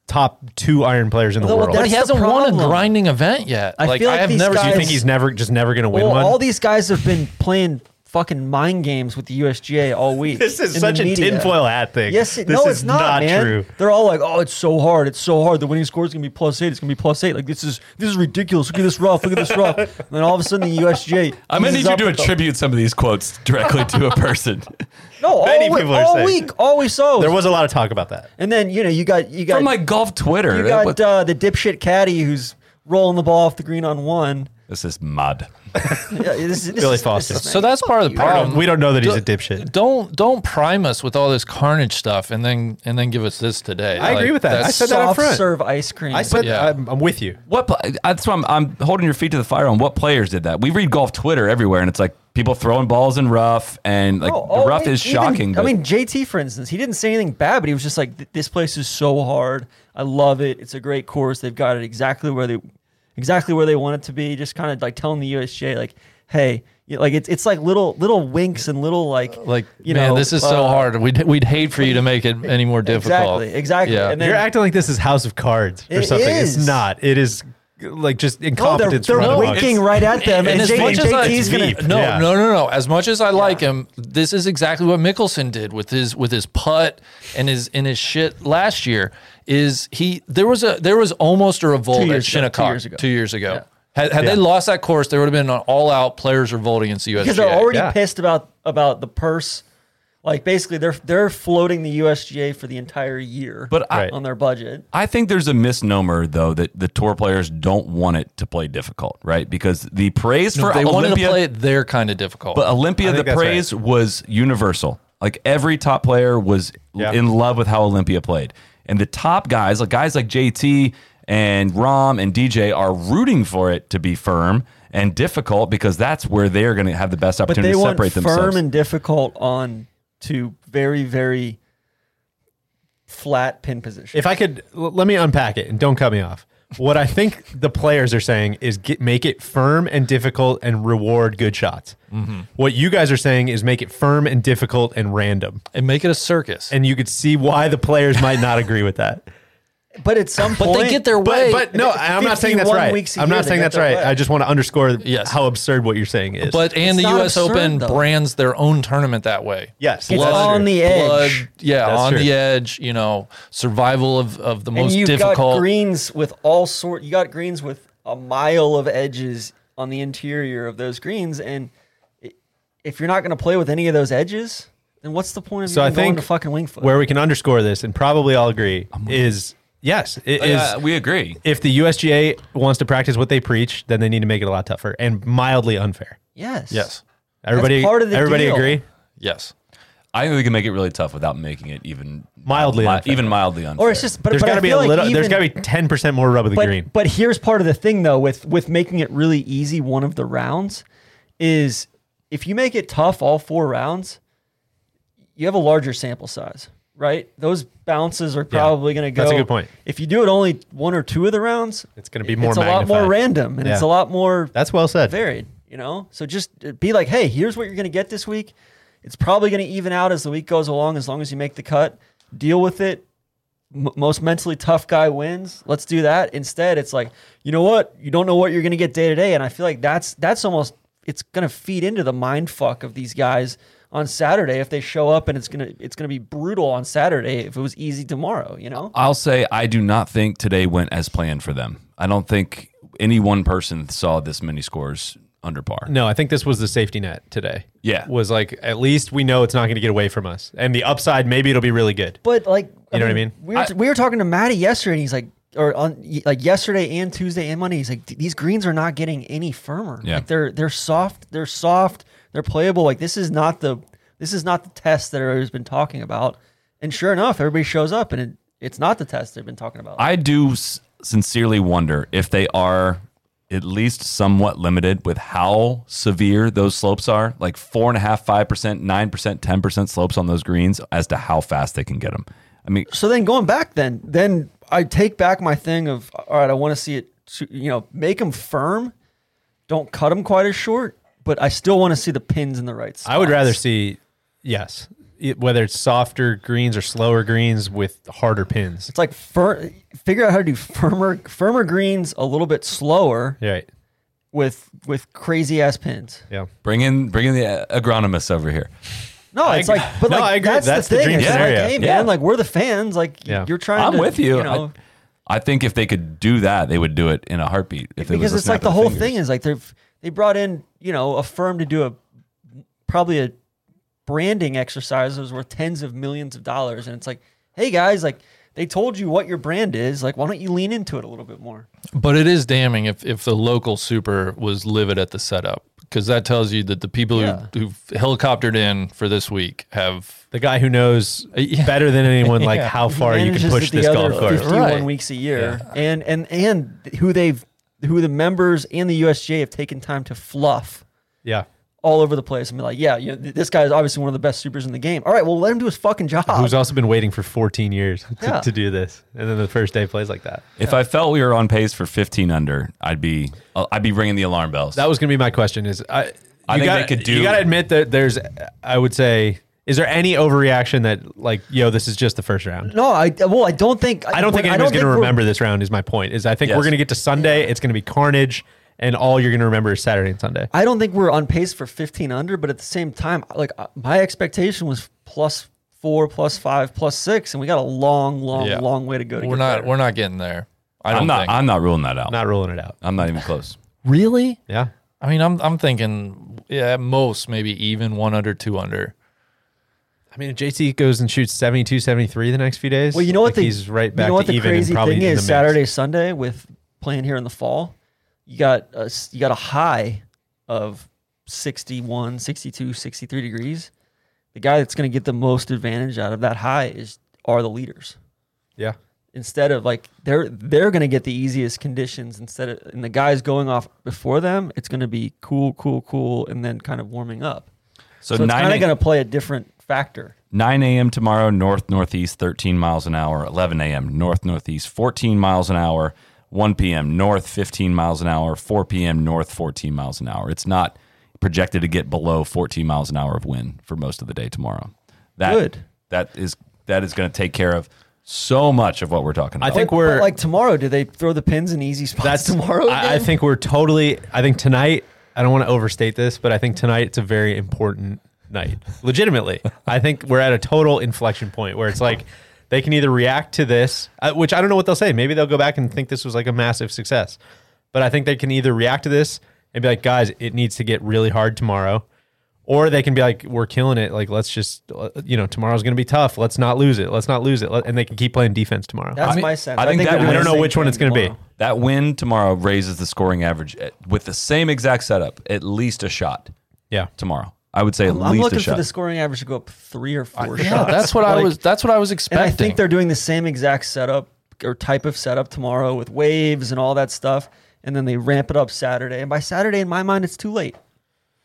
S2: top two iron players in the
S4: Well,
S2: world.
S5: But
S4: that's
S5: he
S4: the
S5: hasn't won a
S4: problem.
S5: grinding event yet.
S4: I
S5: like
S4: feel
S5: I
S4: like
S5: have
S4: these
S5: never.
S2: Do you
S4: guys-
S2: think he's never just never going to win
S4: Well,
S2: one?
S4: all these guys have been playing fucking mind games with the USGA all
S2: *laughs*
S4: week.
S2: this
S4: in
S2: is
S4: the
S2: such a
S4: media.
S2: tinfoil hat thing.
S4: Yes, it,
S2: this
S4: no,
S2: is
S4: it's not, man.
S2: true.
S4: They're all like, "Oh, it's so hard. It's so hard. The winning score is gonna be plus eight. It's gonna be plus eight. Like this is this is ridiculous. Look at this rough. Look at
S2: *laughs*
S4: this rough." And then all of a sudden, the USGA.
S3: I'm going to need
S4: eases
S3: you
S4: up
S3: to
S4: with them.
S3: attribute some of these quotes directly to a *laughs* person.
S4: No, all,
S2: Many
S4: week,
S2: people are
S4: all
S2: saying-
S4: week, all we saw.
S2: There was a lot of talk about that.
S4: and then you know you got you got
S3: From like golf Twitter.
S4: you
S3: What-
S4: got uh, the dipshit caddy who's rolling the ball off the green on one.
S3: this is mud.
S4: Yeah, this, this
S2: Billy
S4: is- this
S2: Foster.
S4: is-
S5: So that's part of the
S4: Um,
S2: I
S5: problem.
S2: don't know. We don't know that he's a dipshit.
S5: Don't don't prime us with all this carnage stuff and then and then give us this today.
S2: I agree with that.
S5: that's-
S2: I said that up
S4: soft
S2: front.
S4: serve ice cream.
S2: I said
S5: Yeah.
S2: I'm, I'm with you.
S3: What? pla- That's why I'm, I'm holding your feet to the fire on what players did that. We read golf Twitter everywhere, and it's like people throwing balls in rough, and like
S4: No,
S3: the
S4: all
S3: rough
S4: week,
S3: is
S4: even-
S3: shocking.
S4: Oh, I
S3: but-
S4: mean, JT, for instance, he didn't say anything bad, but he was just like, "Th- "This place is so hard. I love it. It's a great course. They've got it exactly where they, exactly where they want it to be." Just kind of like telling the USJ, like, "Hey, you like it's it's like little little winks and little like
S5: Uh, like
S4: you
S5: man,
S4: know
S5: this is so
S4: uh,
S5: hard. We'd we'd hate for you to make it any more difficult.
S4: Exactly, exactly.
S5: Yeah.
S4: And then
S2: You're acting like this is House of Cards or
S4: It
S2: something. It's
S4: is.
S2: not. It is like just
S4: oh, they're,
S2: incompetence.
S4: they're
S2: from amongst-
S4: winking right at them, and,
S5: as
S4: J-
S5: much as I-
S4: JT's gonna.
S2: Veep.
S5: no,
S2: Yeah.
S5: no, no, no. As much as I like him, this is exactly what Mickelson did with his with his putt and his and his shit last year. Is he? There was a there was almost a revolt at
S4: years ago, two
S5: Shinnecock two years
S4: years
S5: ago.
S4: ago.
S5: Had, had they lost that course, there would have been an all out players revolt against the USGA.
S4: because they're already
S2: yeah.
S4: pissed about about the purse. Like basically, they're they're floating the USGA for the entire year,
S3: But I- Right.
S4: on their budget.
S3: I think there's a misnomer though that the tour players don't want it to play difficult, right? Because the praise for
S5: they wanted to
S3: Olympia,
S5: play it their kind of difficult.
S3: but Olympia, the
S2: think that's
S3: praise was universal. Like every top player was in love with how Olympia played, and the top guys, like guys like JT and Rom and DJ, are rooting for it to be firm and difficult because that's where they're going to have the best
S4: but
S3: opportunity
S4: they
S3: to
S4: want
S3: separate
S4: firm
S3: themselves.
S4: and difficult on to very very flat pin position.
S2: If I could, l- let me unpack it and don't cut me off. What I think the players are saying is get, make it firm and difficult and reward good shots.
S5: Mm-hmm.
S2: What you guys are saying is make it firm and difficult and random.
S5: and make it a circus.
S2: And you could see why the players might not agree with
S4: *laughs*
S2: that.
S4: but at some
S5: but
S4: point,
S5: they get their
S2: But,
S5: way.
S2: but no, I'm not saying that's
S4: 51
S2: right.
S4: weeks a
S2: I'm
S4: year,
S2: not
S4: they
S2: saying
S4: get
S2: that's
S4: their
S2: right.
S4: way.
S2: I just want to underscore
S5: Yes.
S2: how absurd what you're saying is.
S5: But and
S4: It's
S5: the
S4: not
S5: U.S.
S4: absurd,
S5: Open
S4: though.
S5: brands their own tournament that way.
S2: yes,
S4: it's
S2: that's true.
S4: on the
S5: Blood,
S4: edge.
S5: yeah,
S2: That's
S5: on
S2: true.
S5: the edge. You know, survival of of the
S4: and
S5: most
S4: you've got
S5: difficult.
S4: greens with all sort. You got greens with a mile of edges on the interior of those greens, and i- if you're not going to play with any of those edges, then what's the point of
S2: So I
S4: even going
S2: think
S4: to fucking Wingfoot?
S2: where we can underscore this and probably all agree is yes, it
S5: Oh,
S2: is.
S3: Yeah, Uh, we agree.
S2: if the USGA wants to practice what they preach, then they need to make it a lot tougher and mildly unfair.
S4: yes,
S5: yes,
S2: Everybody,
S4: part of the
S2: everybody
S4: deal.
S2: agree?
S5: yes.
S3: I think we can make it really tough without making it even
S2: Mildly
S3: mi-
S2: unfair.
S3: even mildly unfair.
S4: Or it's just but
S2: There's
S4: but I
S2: got to be a
S4: feel like
S2: little. there's
S4: even-
S2: got to be ten percent more rub of the
S4: but,
S2: green.
S4: But here's part of the thing though with with making it really easy one of the rounds is if you make it tough all four rounds, you have a larger sample size, right? Those bounces are probably going to go
S2: that's a good point.
S4: If you do it only one or two of the rounds,
S2: It's gonna be more
S4: It's a lot more
S2: magnified.
S4: random and it's
S2: Yeah.
S4: a lot more
S2: That's well said.
S4: varied, you know? So just uh, be like, "Hey, here's what you're going to get this week. It's probably going to even out as the week goes along as long as you make the cut. Deal with it m- most mentally tough guy wins. Let's do that. Instead, it's like, you know what? You don't know what you're going to get day to day. And I feel like that's, that's almost it's gonna feed into the mind fuck of these guys on Saturday if they show up and it's gonna it's gonna be brutal on Saturday if it was easy tomorrow. You know,
S3: I'll say I do not think today went as planned for them. I don't think any one person saw this many scores under par.
S2: No, I think this was the safety net today.
S3: Yeah.
S2: Was like, at least we know it's not going to get away from us. And the upside, maybe it'll be really good.
S4: but like
S2: You know what I mean?
S4: We were, we were talking to Matty yesterday, and he's like. Or on y- like yesterday and Tuesday and Monday, he's like, these greens are not getting any firmer.
S3: Yeah.
S4: Like they're they're soft, they're soft, they're playable. Like this is not the this is not the test that everybody's been talking about. And sure enough, everybody shows up and it, it's not the test they've been talking about.
S3: I do s- sincerely wonder if they are at least somewhat limited with how severe those slopes are like four and a half, five percent, nine percent, ten percent slopes on those greens as to how fast they can get them. I mean,
S4: so then going back then then i take back my thing of all right i want to see it to- you know make them firm don't cut them quite as short but i still want to see the pins in the right spot.
S2: I would rather see, yes, it, whether it's softer greens or slower greens with harder pins.
S4: it's like fir- figure out how to do firmer firmer greens a little bit slower
S2: Yeah. Right.
S4: with with crazy ass pins
S2: Yeah.
S3: bring in bring in the uh, agronomists over here.
S4: no it's like but
S2: no,
S4: like
S2: I agree.
S4: that's,
S2: That's
S4: the
S2: the
S4: thing
S2: dream
S4: it's
S2: scenario.
S4: like hey
S3: Yeah.
S4: man like we're the fans like y-
S2: Yeah.
S4: you're trying
S3: I'm
S4: to,
S3: with you.
S4: know,
S3: I, I think if they could do that, they would do it in a heartbeat. If it was
S4: because
S3: a
S4: it's
S3: snap
S4: like
S3: of
S4: the whole
S3: fingers.
S4: thing is like they've they brought in you know a firm to do a probably a branding exercise that was worth tens of millions of dollars and it's like hey guys like they told you what your brand is like why don't you lean into it a little bit more
S5: But it is damning if, if the local super was livid at the setup because that tells you that the people
S4: Yeah.
S5: who, who've helicoptered in for this week have.
S2: The guy who knows
S4: Uh,
S5: yeah.
S2: better than anyone,
S4: *laughs*
S2: like
S5: Yeah.
S2: how far you can
S4: Manages
S2: push
S4: the
S2: this
S4: other
S2: golf course.
S4: 51
S5: Right.
S4: weeks a year and and and who they've who the members and the USJ have taken time to fluff
S2: Yeah.
S4: all over the place and be like yeah you know, th- this guy is obviously one of the best supers in the game all right well let him do his fucking job
S2: Who's also been waiting for 14 years *laughs* to,
S4: Um, Yeah.
S2: to do this. And then the first day plays like that.
S3: If I felt we were on pace for 15 under, I'd be uh, I'd be ringing the alarm bells.
S2: That was going to be my question. Is I,
S3: I
S2: you
S3: think they
S2: gotta-
S3: could do-
S2: You got to admit that there's. I would say, is there any overreaction that like, yo, this is just the first round?
S4: No, I well, I don't think.
S2: I don't think anyone's going to
S4: we're-
S2: remember this round. Is my point. Is I think
S3: Yes.
S2: we're going to get to Sunday. It's going to be carnage, and all you're going to remember is Saturday and Sunday.
S4: I don't think we're on pace for 15 under, but at the same time, like uh, my expectation was plus four, plus five, plus six, and we got a long, long,
S5: Yeah.
S4: long way to go. To
S5: We're
S4: get
S5: not.
S4: there.
S5: We're not getting there. I don't
S3: I'm not
S5: think.
S3: I'm not ruling that out.
S2: Not ruling it out.
S3: I'm not even close.
S5: really?
S2: Yeah.
S5: I mean, I'm I'm thinking yeah, at most maybe even one under, two under.
S2: I mean, if JT goes and shoots 72, 73 the next few days,
S4: Well, you know what
S2: like
S4: the
S2: he's right back
S4: you know what
S2: to
S4: the
S2: even and
S4: crazy
S2: probably
S4: thing
S2: in the
S4: is
S2: mix.
S4: Saturday, Sunday with playing here in the fall, you got a, s- you got a high of 61, 62, 63 degrees. The guy that's going to get the most advantage out of that high is are the leaders.
S2: Yeah.
S4: instead of like they're they're going to get the easiest conditions instead of and the guys going off before them it's going to be cool cool cool and then kind of warming up
S3: So,
S4: so it's kind
S3: 9
S4: of going to play a different factor
S3: 9 a.m. tomorrow, north northeast 13 miles an hour. 11 a.m. north northeast 14 miles an hour. 1 p.m. north 15 miles an hour. 4 p.m. north 14 miles an hour. It's not projected to get below 14 miles an hour of wind for most of the day tomorrow. That
S4: Good.
S3: that is that is going to take care of so much of what we're talking
S2: I
S3: about.
S2: think
S4: But-
S2: we're
S4: but like tomorrow do they throw the pins in easy spots
S2: that's
S4: *laughs* tomorrow
S2: I, I
S4: again?
S2: think we're totally. I think tonight. I don't want to overstate this, but I think tonight it's a very important night.
S4: *laughs*
S2: Legitimately, I think we're at a total inflection point where it's like they can either react to this, uh, which I don't know what they'll say. Maybe they'll go back and think this was like a massive success, but I think they can either react to this and be like, guys, it needs to get really hard tomorrow. Or they can be like, we're killing it. Like, let's just, uh, you know, tomorrow's going to be tough. Let's not lose it. Let's not lose it. Let- and they can keep playing defense tomorrow.
S4: that's
S3: I mean,
S4: my sense
S3: I think that-
S4: they're doing
S3: I don't
S4: the
S2: know
S4: same
S2: which one
S4: thing
S2: it's gonna be.
S4: tomorrow.
S3: That win tomorrow raises the scoring average at, with the same exact setup, at least a shot
S2: yeah.
S3: tomorrow. I would say at
S4: i'm
S3: least a
S4: looking
S3: shot.
S4: for the scoring average to go up three or four
S5: Yeah,
S4: shots
S5: that's what I
S4: Like,
S5: was. That's what I was expecting.
S4: and i think they're doing the same exact setup or type of setup tomorrow with waves and all that stuff and then they ramp it up saturday and by saturday in my mind it's too late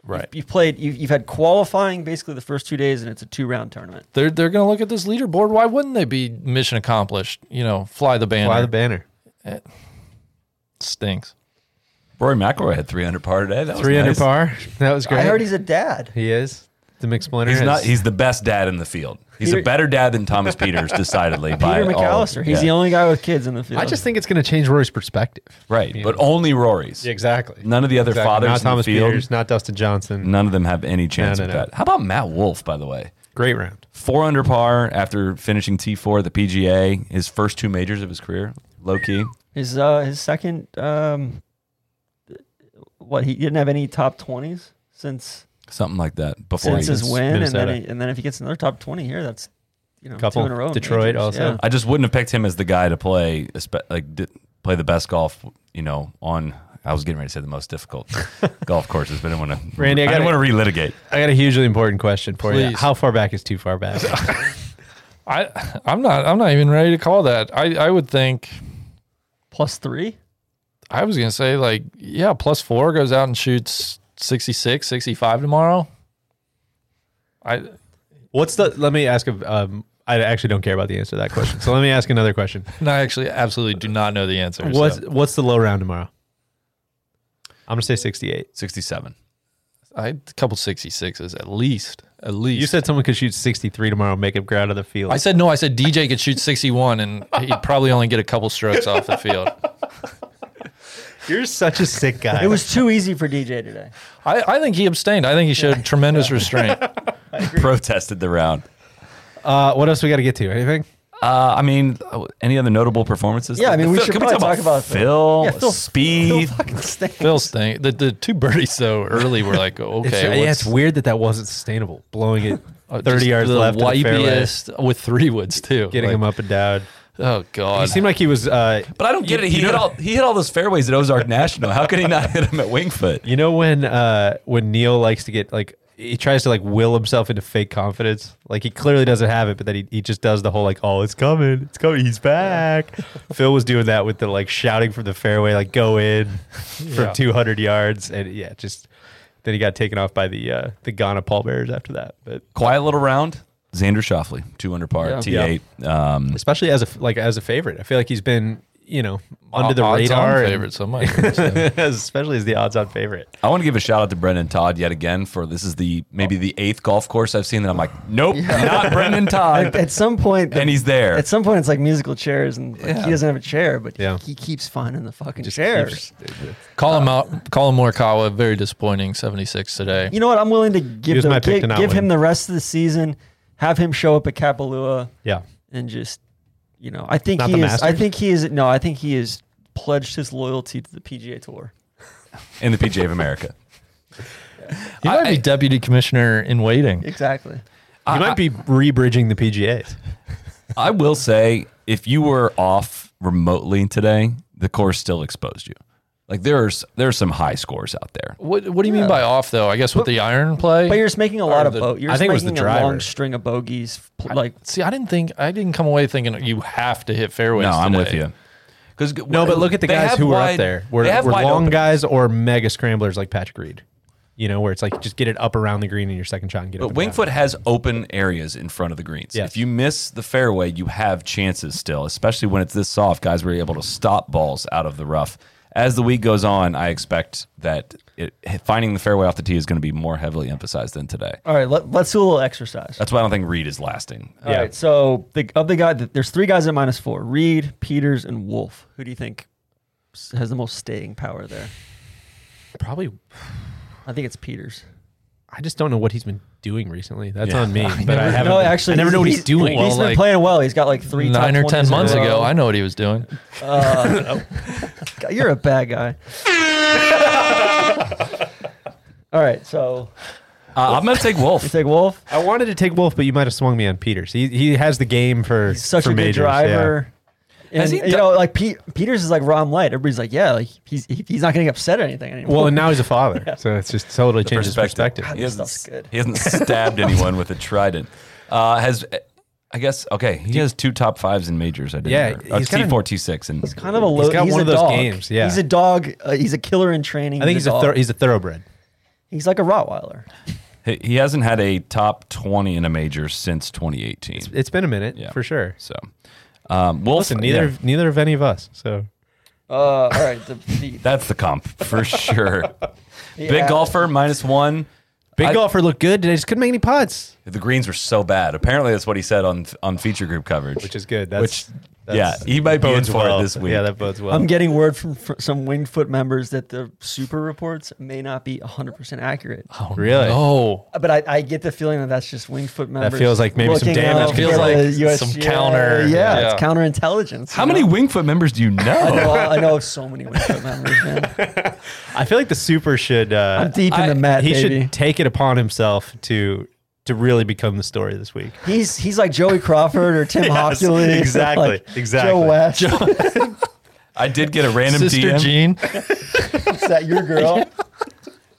S5: right.
S4: you've played you've, you've had qualifying basically the first two days and it's a two round tournament
S5: They're they're gonna look at this leaderboard. Why wouldn't they be mission accomplished? You know, fly the banner.
S2: Fly the banner.
S5: stinks.
S3: Rory McIlroy had 300 par today. That was
S2: 300
S3: nice.
S2: par. *laughs* That was great.
S4: i heard he's a dad
S2: He is the McSplinter.
S3: He's
S2: is-
S3: not. He's the best dad in the field. He's a better dad than Thomas
S4: *laughs*
S3: Peters, decidedly. by
S4: Peter
S3: all-
S4: McAllister. He's
S3: yeah.
S4: the only guy with kids in the field.
S2: I just think it's going to change Rory's perspective.
S3: right, but only Rory's.
S2: Exactly.
S3: None of the other fathers
S2: Not
S3: in the
S2: Thomas
S3: field.
S2: Peters. Not Dustin Johnson.
S3: None of them have any chance
S2: No, no,
S3: with
S2: no.
S3: that. How about Matt Wolf, by the way?
S2: Great round.
S3: Four under par after finishing T4 at the PGA, his first two majors of his career, low key.
S4: his uh, his second um, what he didn't have any top twenties since
S3: Something like that before
S4: since
S3: he
S4: his win,
S2: Minnesota.
S4: and then he, and then if he gets another top twenty here, that's you know
S2: Couple.
S4: two in a row.
S2: Detroit
S4: majors,
S2: also.
S3: I just wouldn't have picked him as the guy to play, espe- like di- play the best golf. You know, on I was getting ready to say the most
S4: *laughs*
S3: difficult golf courses, but I didn't want to.
S2: Randy, I
S3: I didn't
S2: gotta-
S3: want to relitigate.
S2: I got a hugely important question for you.
S5: Please.
S2: How far back is too far *laughs* back?
S5: I I'm not I'm not even ready to call that. I I would think
S4: plus three.
S5: I was gonna say like yeah plus four goes out and shoots 66 65 tomorrow. I
S2: What's the? Let me ask. a- Um, I actually don't care about the answer to that question. So let me ask another *laughs* question.
S5: and I actually absolutely do not know the answer.
S2: What's
S5: so
S2: What's the low round tomorrow? I'm gonna say 68.
S3: Sixty-seven.
S5: I had a couple 66s at least at least.
S2: You said someone could shoot 63 tomorrow, and make him ground out of the field.
S5: I said no. I said DJ could shoot 61 and he'd probably only get a couple strokes off the field.
S2: You're such a *laughs* sick guy.
S4: It was too easy for DJ *laughs* today.
S5: I, I think he abstained. I think he showed tremendous
S2: *laughs*
S5: restraint.
S3: *laughs* Protested the round.
S2: Uh, what else we got to get to? Anything?
S3: Uh, I mean, oh, any other notable performances?
S4: Yeah, I mean, we
S3: Phil-
S4: should
S3: can
S4: probably
S3: talk,
S4: talk
S3: about
S4: about-
S3: Phil,
S4: Yeah, Phil-
S3: Speed.
S5: Phil's thing. The, the two birdies so early were like okay.
S2: it's, yeah,
S5: what's- Oh, uh,
S2: it's weird that that wasn't sustainable.
S5: *laughs*
S2: Blowing it 30
S5: Just
S2: yards
S5: the
S2: left, of the fairway,
S5: wipiest with three woods too.
S2: getting
S5: Like,
S2: him up and down.
S5: Oh
S2: He
S5: god.
S2: seemed like he was. Uh,
S3: but I don't get it. He hit all he hit all those fairways at Ozark National. How could he not hit him at Wingfoot?
S2: you know when uh, when Neil likes to get like he tries to like will himself into fake confidence. Like he clearly doesn't have it, but then he, he just does the whole like, oh, it's coming, it's coming,
S5: *laughs*
S2: he's back. Phil was doing that with the like shouting from the fairway, like
S5: *laughs*
S2: go in from 200 yards, and yeah, just then he got taken off by the uh, the Ghana pallbearers after that. But
S3: Quiet little round. Xander Shoffley, two under par, T8. Um,
S2: especially as a like as a favorite, I feel like he's been you know under the
S5: Odds-on
S2: radar, and-
S5: favorite. So I'm like, so.
S2: especially *laughs* as the odds-on favorite.
S3: I want to give a shout out to Brendan Todd yet again for this is the maybe the eighth golf course I've seen that I'm like, nope, not Brendan
S4: *laughs* At,
S3: Todd.
S4: *laughs* at some point,
S3: and he's there.
S4: at some point, it's like musical chairs, and like, he doesn't have a chair, but
S2: Yeah.
S4: he, he keeps finding the fucking chairs.
S5: Colin out. Colin Morikawa very disappointing. 76 today.
S4: You know what? I'm willing to give
S2: was
S4: the,
S2: my pick
S4: give,
S2: to not
S4: give
S2: win.
S4: him the rest of the season, have him show up at Kapalua,
S2: Yeah,
S4: and just you know, I think
S2: Not
S4: he
S2: the
S4: is. I
S2: Masters?
S4: think he is. No, I think he is pledged his loyalty to the PGA Tour.
S3: in the PJ of America.
S5: He might be deputy commissioner in waiting.
S4: Exactly.
S2: you might be re-bridging the PGA.
S3: I will say, if you were off remotely today, the course still exposed you. Like there's there's some high scores out there.
S5: What What do you mean by off though? I guess with the iron play.
S4: But you're just making a lot of
S5: the-
S4: bo- you're
S2: I
S4: just
S2: think it was
S4: making
S2: the
S4: a long
S2: driver.
S4: string of bogeys. pl- Like
S5: See, I didn't think I didn't come away thinking you have to hit fairways.
S3: No, I'm with
S5: today.
S3: you. Because
S2: No, but look at the guys who were up there. Were, were long guys or mega scramblers like Patrick Reed? You know, where it's like just get it up around the green in your second shot and get it. up
S3: But
S2: and down.
S3: Wingfoot has open areas in front of the greens.
S2: Yes.
S3: If you miss the fairway, you have chances still, especially when it's this soft. Guys were able to stop balls out of the rough. As the week goes on, I expect that it, finding the fairway off the tee is going to be more heavily emphasized than today.
S4: all right, let, let's do a little exercise.
S3: That's why I don't think Reed is lasting.
S4: All right, so the, of the guy, that, there's three guys at minus four: Reed, Peters, and Wolf. Who do you think s- has the most staying power there?
S2: probably.
S4: I think it's Peters.
S2: I just don't know what he's been doing recently. That's on me. but *laughs* I
S4: never-
S2: haven't.
S4: no, actually,
S2: I never know what he's, doing.
S4: He's
S5: Well,
S4: been
S5: like,
S4: playing well. He's got like three, top
S5: Nine or
S4: 20s
S5: ten
S4: in a
S5: months ago,
S4: row.
S5: I know what he was doing.
S4: God, You're a
S2: *laughs*
S4: bad guy. All right, so
S3: Uh, I'm going to take
S4: you
S3: Wolf.
S4: take Wolf.
S2: I wanted to take Wolf, but you might have swung me on Peters. He he has the game for
S4: He's such
S2: for
S4: a good
S2: majors, yeah.
S4: driver. And,
S3: Has he
S4: you
S3: done-
S4: know, like Pete, Peters is like Rom Light. Everybody's like, yeah, like he's he- he's not getting upset at anything anymore.
S2: Well, and now he's a *laughs* father, so it's just totally changes perspective.
S3: He
S4: this
S3: hasn't,
S4: stuff's good.
S3: he hasn't stabbed anyone with a trident. Uh, has I guess okay. He has two top fives in majors. I did.
S2: Yeah, he's
S3: T
S2: kinda-
S3: four, T six, and he's
S4: kind of a low. He's
S2: got one
S4: a
S2: of those
S4: dog.
S2: games, yeah.
S4: he's a dog. Uh, he's a killer in training.
S2: I think he's a
S4: dog.
S2: thor- he's a thoroughbred.
S4: he's like a Rottweiler.
S3: He he hasn't had a top 20 in a major since 2018.
S2: It's been a minute
S3: Yeah.
S2: for sure.
S3: so, um, Wolf,
S2: Listen, neither
S3: yeah,
S2: neither of any of us. So
S4: Uh, all
S2: *laughs*
S4: right, the, the,
S3: that's the comp for sure.
S4: yeah.
S3: Big golfer, minus one.
S2: Big golfer looked good today. Just couldn't make any putts,
S3: The greens were so bad. Apparently, that's what he said on on feature group coverage.
S2: which is good. That's,
S3: Which-
S2: that's-
S3: yeah, he might be in
S2: bodes
S3: for it
S2: well.
S3: this week.
S2: Yeah, that bodes well.
S4: I'm getting word from, fr some Wingfoot members that the super reports may not be 100% accurate.
S2: really.
S5: Oh,
S4: But I, I get the feeling that that's just Wingfoot members.
S2: feels like maybe some
S4: looking
S2: damage.
S4: out
S2: That
S5: feels
S4: for
S5: like
S4: the
S5: some
S4: USGA.
S5: counter-
S4: Yeah,
S5: yeah.
S4: it's counterintelligence.
S3: How
S4: you
S3: many
S4: know?
S3: Wingfoot members do you
S4: I know,
S2: Oh.
S3: know?
S4: I know of so many Wingfoot
S2: *laughs*
S4: members, man.
S2: I feel like the super should. Uh,
S4: I'm deep in the
S2: I-
S4: mat,
S2: He
S4: baby.
S2: should take it upon himself to to really become the story this week.
S4: He's he's like Joey Crawford or
S2: *laughs*
S4: Tim
S2: Yes,
S4: Hockley. *laughs*
S2: exactly,
S4: like
S2: exactly.
S4: Joe West.
S3: I did get a random
S5: Sister
S3: DM.
S5: Jean.
S4: *laughs* Is that
S2: *laughs*
S4: your girl?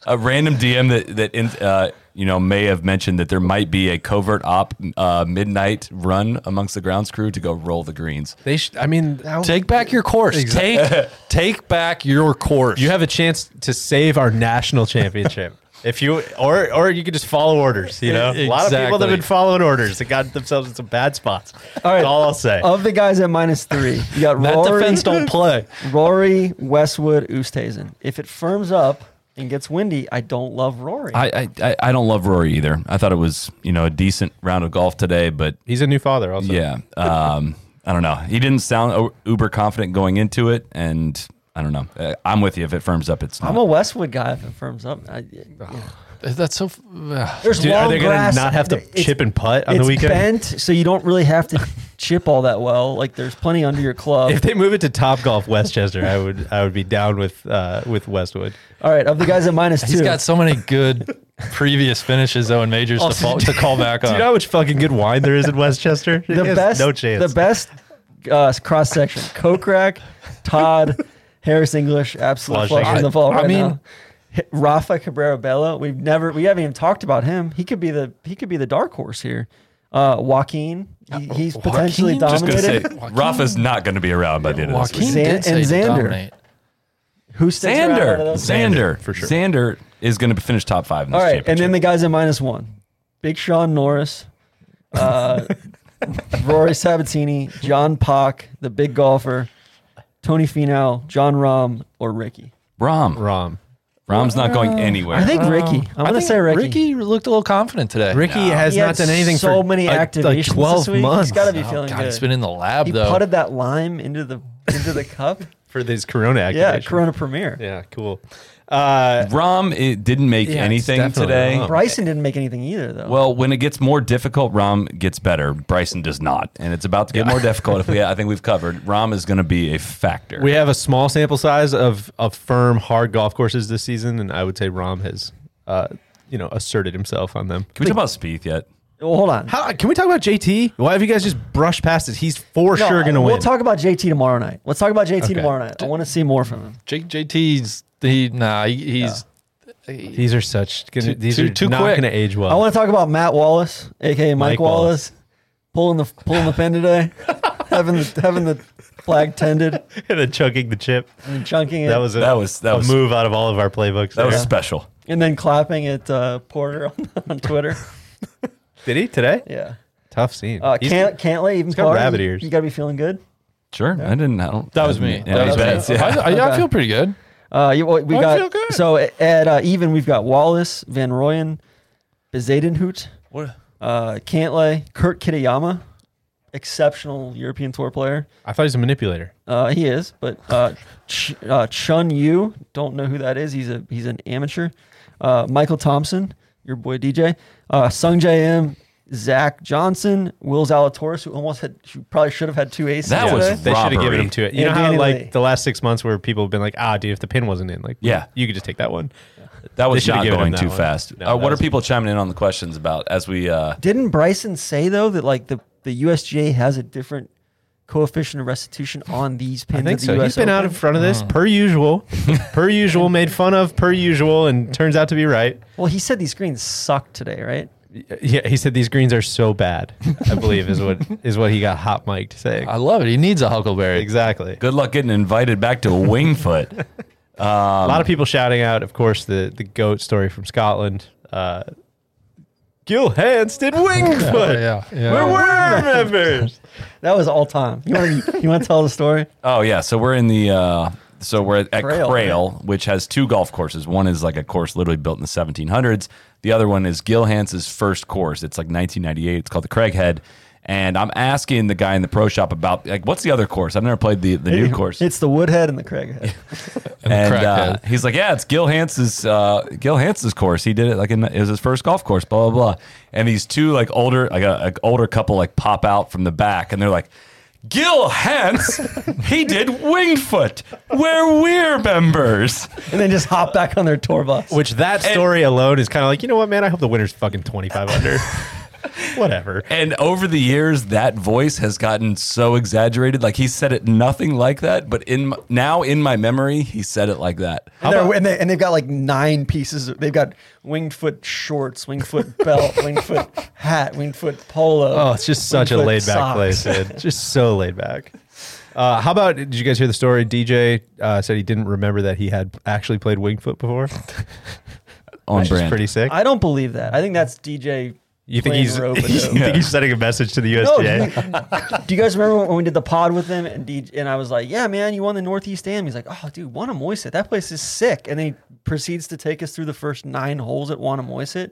S3: a random DM that that in, uh, you know may have mentioned that there might be a covert op uh, midnight run amongst the grounds crew to go roll the greens.
S5: They should. I mean, take back your course.
S4: *laughs*
S5: Take take back your course.
S2: You have a chance to save our national championship. If you or or you could just follow orders, you know. A lot of people that
S5: Exactly.
S2: have been following orders that got themselves in some bad spots.
S4: All right.
S2: That's all I'll say.
S4: Of the guys at minus three, you got
S2: that
S4: Rory,
S2: defense
S4: *laughs*
S2: don't play.
S4: Rory, Westwood, Oosthuizen. If it firms up and gets windy, I don't love Rory.
S3: I, I- I I don't love Rory either. I thought it was you know a decent round of golf today, but
S2: He's a new father, also.
S3: yeah, um, I don't know. He didn't sound o- uber confident going into it, and I don't know. Uh, I'm with you. If it firms up, it's
S4: I'm
S3: not.
S4: a Westwood guy if it firms up. I, yeah.
S5: That's so. ugh.
S4: There's
S2: Dude,
S4: long
S2: are they
S4: grass.
S2: gonna not have to
S4: It's-
S2: chip and putt on the
S4: it's
S2: weekend?
S4: bent, so you don't really have
S2: *laughs*
S4: to chip all that well. Like there's plenty under your club.
S2: If they move it to Top Golf Westchester, I would I would be down with uh, with Westwood.
S4: all right, of the guys at minus two,
S5: He's got so many good previous finishes though in
S4: Oh,
S5: majors to, fall, to call back
S2: Do
S5: on.
S2: you know how much fucking good wine there is in Westchester? He
S4: *laughs* the
S2: has
S4: best,
S2: no chance.
S4: the best uh, cross section: Kokrak, Todd, Harris English, absolute
S2: Flushing.
S4: flush in the ball
S5: I
S4: right
S5: mean-
S4: now. H- Rafa Cabrera Bello. We've never, we haven't even talked about him. He could be the, he could be the dark horse here. Uh, Joaquin, he- he's potentially
S5: Joaquin?
S3: just gonna say
S4: dominated.
S3: Rafa's not going to be around by the end of this. week.
S5: Joaquin
S4: Zan-
S5: did say
S4: and
S5: to
S4: Xander.
S5: dominate.
S4: Who sticks around out of
S3: Xander,
S4: those?
S3: Xander,
S2: for sure.
S3: Xander is going to finish top five in this
S4: All right, and
S3: championship.
S4: then the guys at minus one: Big Sean Norris, uh, *laughs* Rory Sabatini, John Pock, the big golfer, Tony Finau, John Rahm, or Ricky.
S3: Rom,
S2: Rom.
S3: Rom's not going
S4: Uh,
S3: anywhere.
S4: I think Ricky. I'm gonna
S5: think
S4: say Ricky.
S5: Ricky looked a little confident today.
S2: Ricky has
S4: He
S2: not
S4: had
S2: done anything
S4: so
S2: for
S4: many
S2: uh,
S4: activations
S2: like twelve
S4: this week.
S2: months
S4: He's got to be feeling
S5: God,
S4: good.
S5: he's been in the lab
S4: he
S5: though.
S4: putted that lime into the into *laughs* the cup.
S2: for these Corona activations.
S4: yeah, Corona Premier.
S2: Yeah, cool. Uh,
S3: Rom it didn't make
S2: Yeah, it's
S3: anything
S2: definitely
S3: today.
S2: Rom.
S4: Bryson didn't make anything either though.
S3: Well, when it gets more difficult, Rom gets better. Bryson does not, and it's about to get more difficult.
S2: *laughs*
S3: If we, I think we've covered, Rom is going to be a factor.
S2: we have a small sample size of of firm hard golf courses this season, and I would say Rom has, uh, you know, asserted himself on them.
S3: Can we talk about Spieth yet?
S4: well, hold on.
S2: How, can we talk about JT? Why have you guys just brushed past it? He's for
S4: No,
S2: sure going to
S4: we'll
S2: win.
S4: talk about JT tomorrow night. Let's talk about JT
S2: Okay.
S4: tomorrow night. I want to see more from him.
S5: Jake JT's he nah he, he's
S2: these are such. Gonna,
S5: Too-
S2: these
S5: too-
S2: are
S5: too
S2: not
S5: quick.
S2: going to age well.
S4: I want to talk about Matt Wallace, aka Mike,
S2: Mike
S4: Wallace, pulling the pulling the pin today, *laughs* having the having the flag tended
S2: and then choking *laughs* the chip.
S4: and chunking it,
S2: That was a,
S3: That was- that
S2: a
S3: was-
S2: move out of all of our playbooks.
S3: That was
S2: there.
S3: special.
S4: and then clapping at uh, Porter on, *laughs*
S2: *laughs*
S4: on Twitter.
S2: Did he today?
S4: Yeah,
S2: Tough scene.
S4: uh,
S2: He's-
S4: can't Cantley even
S2: got
S4: Clark,
S2: rabbit
S4: you-
S2: ears.
S4: You gotta be feeling good.
S3: Sure, I didn't. I don't.
S5: that was me.
S3: Yeah,
S5: that was
S3: that's-
S5: me.
S3: yeah.
S5: I, I, I
S4: Okay.
S5: feel pretty good.
S4: Uh, you, we
S5: I
S4: got
S5: feel good.
S4: so at uh, even we've got Wallace, Van Royen, Bezadenhout,
S5: What?
S4: uh, Cantley, Kurt Kitayama, exceptional European Tour player.
S2: I thought he was a manipulator.
S4: Uh, he is, but uh, Ch- uh, Chun Yu, don't know who that is. He's a he's an amateur. Uh, Michael Thompson, your boy DJ, uh, Sung J M, Zach Johnson, Will Zalatoris, who almost had, who probably should have had two aces.
S3: That
S4: today.
S3: was
S2: They should have given
S3: robbery.
S2: him to it. You
S4: And
S2: know how
S4: Danny
S2: like
S4: Lee.
S2: the last six months where people have been like, ah, dude, if the pin wasn't in, like,
S3: Yeah.
S2: you could just take that one.
S3: *laughs* That was
S2: should've
S3: not
S2: given him
S3: going
S2: that
S3: too
S2: one.
S3: fast.
S2: No,
S3: uh,
S2: that
S3: what are
S2: was-
S3: people chiming in on the questions about as we? Uh,
S4: Didn't Bryson say though that like the the USGA has a different coefficient of restitution on these pins?
S2: I think
S4: at the
S2: so.
S4: US
S2: He's been out in
S4: Open?
S2: front of this per *laughs* usual, per usual, made fun of per usual, and turns out to be right.
S4: Well, he said these greens suck today, right?
S2: Uh, Yeah, he said these greens are so bad. I believe is *laughs* what is what he got hot mic'd saying.
S5: I love it. He needs a huckleberry.
S2: Exactly.
S3: good luck getting invited back to Wingfoot.
S2: A lot of people shouting out, of course, the the goat story from Scotland. Uh, Gil Hans *laughs* did Wingfoot.
S5: Yeah, yeah.
S2: We're worm members.
S4: That was all time. You want to you want to tell the story?
S3: Oh yeah, so we're in the uh, So we're at, at Crail,
S4: Crail,
S3: which has two golf courses. One is like a course literally built in the 1700s. The other one is Gil Hans's first course. It's like 1998. It's called the Craighead. And I'm asking the guy in the pro shop about like what's the other course? I've never played the, the new course.
S4: It's the Woodhead and the Craighead.
S3: and uh,
S5: Crackhead.
S3: he's like, "Yeah, it's Gil Hans's uh, Gil Hans's course. He did it like in, it was his first golf course, blah blah blah." And these two like older like a like older couple like pop out from the back, and they're like. Gil *laughs* Hans, he did Wingfoot. We're Weir members.
S4: and then just hop back on their tour bus.
S2: Which that story alone is kind of like, you know what, man? I hope the winner's fucking 25 *laughs* under. Whatever.
S3: And over the years, that voice has gotten so exaggerated. Like he said it nothing like that, but in my, now in my memory, he said it like that.
S4: And, they're- and they, and they've got like nine pieces. of- They've got winged foot shorts, winged foot belt, winged foot hat, winged foot polo.
S2: Oh, it's just such a
S4: Wingfoot
S2: laid back
S4: socks.
S2: place, dude. Just so laid back. Uh, how about did you guys hear the story? DJ uh, said he didn't remember that he had actually played Wingfoot before.
S3: On
S2: Which is
S3: brand.
S2: pretty sick.
S4: I don't believe that. I think that's DJ.
S2: you think *laughs*
S4: playing
S2: he's you
S4: Roboto.
S2: think he's sending a message to the *laughs*
S4: No, do
S2: USGA?
S4: you, do you guys remember when we did the pod with him and DJ, and I was like, "Yeah, man, you won the Northeast Am." He's like, "Oh, dude, Wanamoisit, that place is sick." And then he proceeds to take us through the first nine holes at Wanamoisit.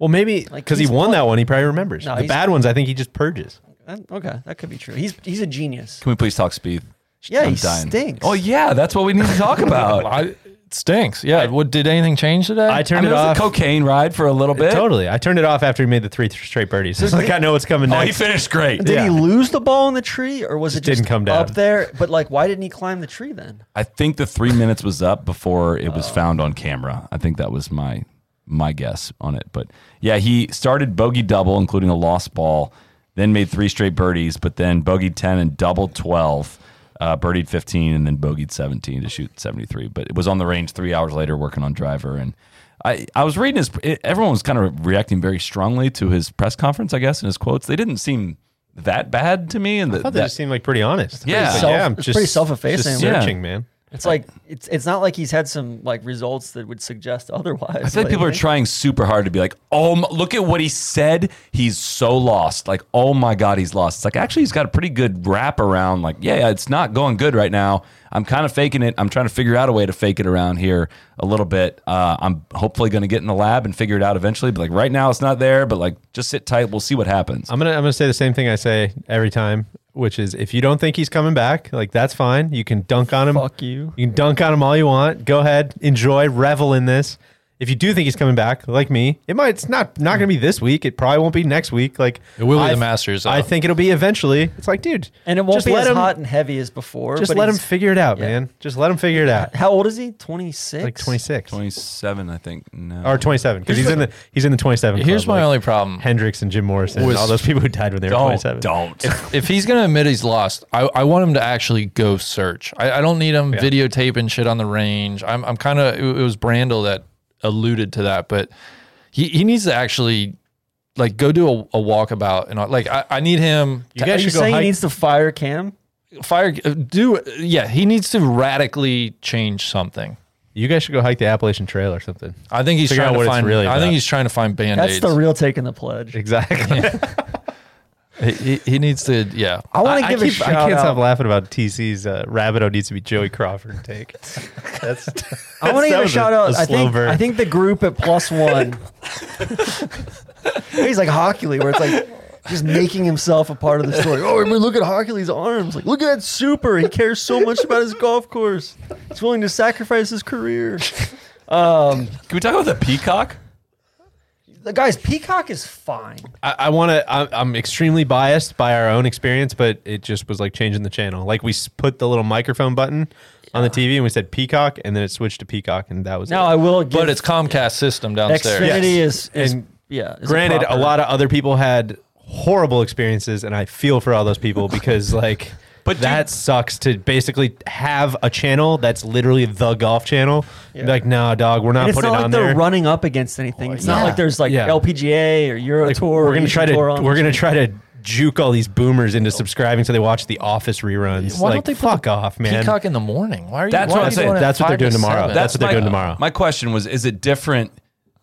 S2: well, maybe because
S4: Like,
S2: he
S4: he's
S2: won
S4: pl-
S2: that one, he probably remembers.
S4: No,
S2: the
S4: he's-
S2: bad ones, I think he just purges.
S4: That- Okay, that could be true. He's he's a genius.
S3: Can we please talk speed?
S4: Yeah,
S3: I'm
S4: he stinks.
S3: Oh yeah, that's what we need to talk
S4: *laughs*
S3: about.
S5: I, it stinks. Yeah. what did anything change today?
S2: I
S3: I
S2: turned
S3: mean,
S2: it
S3: it was
S2: off.
S3: a cocaine ride for a little bit.
S2: Totally, I turned it off after he made the three straight birdies. It's like I know what's coming
S3: Oh, he
S2: next.
S3: finished great.
S4: Did
S2: Yeah.
S4: he lose the ball in the tree, or was it just
S2: didn't come down.
S4: up there? But like, why didn't he climb the tree then?
S3: I think the three minutes was up before it was found on camera. I think that was my my guess on it. But yeah, he started bogey double, including a lost ball, then made three straight birdies, but then bogey ten and double twelve, uh, birdied fifteen, and then bogeyed seventeen to shoot seventy three. But it was on the range three hours later, working on driver and. I, I was reading his. It, everyone was kind of reacting very strongly to his press conference, I guess, and his quotes. They didn't seem that bad to me. And the,
S2: I thought they
S3: that-
S2: just seemed like pretty honest.
S3: Yeah.
S2: Like,
S3: Self-
S2: yeah, I'm
S4: it's
S2: just
S4: pretty self-effacing.
S2: Just
S3: Yeah.
S2: searching, man.
S4: It's like it's it's not like he's had some like results that would suggest otherwise.
S3: I feel like people are trying super hard to be like, oh, my, look at what he said. He's so lost. Like, oh my God, he's lost. It's like, actually, he's got a pretty good wrap around. Like, yeah, yeah, it's not going good right now. I'm kind of faking it. I'm trying to figure out a way to fake it around here a little bit. Uh, I'm hopefully going to get in the lab and figure it out eventually. But like, right now, it's not there. But like, just sit tight. We'll see what happens.
S2: I'm gonna I'm gonna say the same thing I say every time, which is if you don't think he's coming back, like that's fine. You can dunk on him.
S4: Fuck you.
S2: You can dunk on him all you want. Go ahead, enjoy, revel in this. If you do think he's coming back, like me, it might. It's not not gonna be this week. It probably won't be next week. Like
S5: It will be
S2: I-
S5: the Masters,
S2: I
S5: though.
S2: think it'll be eventually. It's like, dude,
S4: and it won't
S2: just
S4: be
S2: let
S4: as
S2: him,
S4: hot and heavy as before.
S2: Just
S4: but
S2: let him
S4: he's-
S2: figure it out, man. Just let him figure it out.
S4: How old is he? Twenty six.
S2: Like 26
S3: 27, I think. No.
S2: or 27 because he's in the he's in the 27.
S5: Here's
S2: club,
S5: my
S2: like
S5: only problem.
S2: Hendricks and Jim Morrison, and
S5: Was-
S2: all those people who died when they were
S3: don't.
S2: 27.
S3: Don't.
S5: if he's gonna admit he's lost, I, I want him to actually go search. I, I don't need him videotaping shit on the range. I'm I'm kind of it was Brandel that alluded to that, but he, he needs to actually like go do a, a walkabout and all- like I, I need him.
S2: You
S5: to
S4: Are
S2: guys
S4: you
S2: should go
S4: saying
S2: hike.
S4: he needs to fire Cam?
S5: fire do yeah he needs to radically change something.
S2: you guys should go hike the Appalachian Trail or something.
S5: I think he's
S2: Figure out
S5: trying
S2: what
S5: to
S2: it's
S5: find.
S2: really
S5: I
S2: about.
S5: think he's trying to find band
S4: That's
S5: aids.
S4: the real taking the
S2: *laughs*
S4: pledge.
S2: Exactly.
S5: he, he needs to yeah.
S4: I want to
S2: I,
S4: give
S2: keep-
S4: a shout
S2: I can't
S4: out.
S2: stop laughing about TC's uh, Rabido needs to be Joey Crawford take. *laughs* That's,
S4: I want
S2: that
S4: to give a
S2: was
S4: shout out.
S2: a
S4: I
S2: slow
S4: think
S2: burn.
S4: I think the group at
S2: *laughs*
S4: plus one. he's like Hockley, where it's like just making himself a part of the story. Oh, I mean, look at Hockley's arms! Like, look at that super. He cares so much about his golf course. He's willing to sacrifice his career.
S3: Can we talk about the peacock?
S4: The guys, Peacock is fine.
S2: I, I want to. I'm, I'm extremely biased by our own experience, but it just was like changing the channel. Like we s- put the little microphone button on the TV and we said Peacock, and then it switched to Peacock, and that was
S4: Now
S2: it.
S4: I will give.
S5: but it's Comcast system downstairs.
S4: Xfinity
S2: Yes.
S4: is, is
S2: And
S4: yeah. is
S2: Granted, a
S4: proper-
S2: lot of other people had horrible experiences, and I feel for all those people
S5: *laughs*
S2: because like.
S3: But
S2: But that sucks to basically have a channel that's literally the golf channel.
S4: Yeah.
S2: Like, nah, dog, we're not
S4: And it's
S2: putting
S4: not
S2: it
S4: like
S2: on
S4: they're
S2: there. Oh,
S4: running up against anything. It's not
S5: Yeah.
S4: like there's like
S2: Yeah.
S4: LPGA or Euro
S2: Like,
S4: Tour.
S2: We're gonna
S4: or
S2: try to
S4: Asian Tour on
S2: we're
S4: the
S2: gonna try to juke all these boomers into subscribing so they watch the Office reruns.
S5: Why
S2: like,
S5: don't they put
S2: fuck
S5: the
S2: off, man?
S5: Peacock in the morning? Why are you?
S3: That's
S5: why
S3: what
S5: are
S3: I'm
S5: you
S3: saying.
S5: doing it
S2: That's what they're
S5: five to
S2: doing tomorrow.
S5: seven?
S2: That's what they're
S3: my-
S2: doing tomorrow.
S3: My question was: Is it different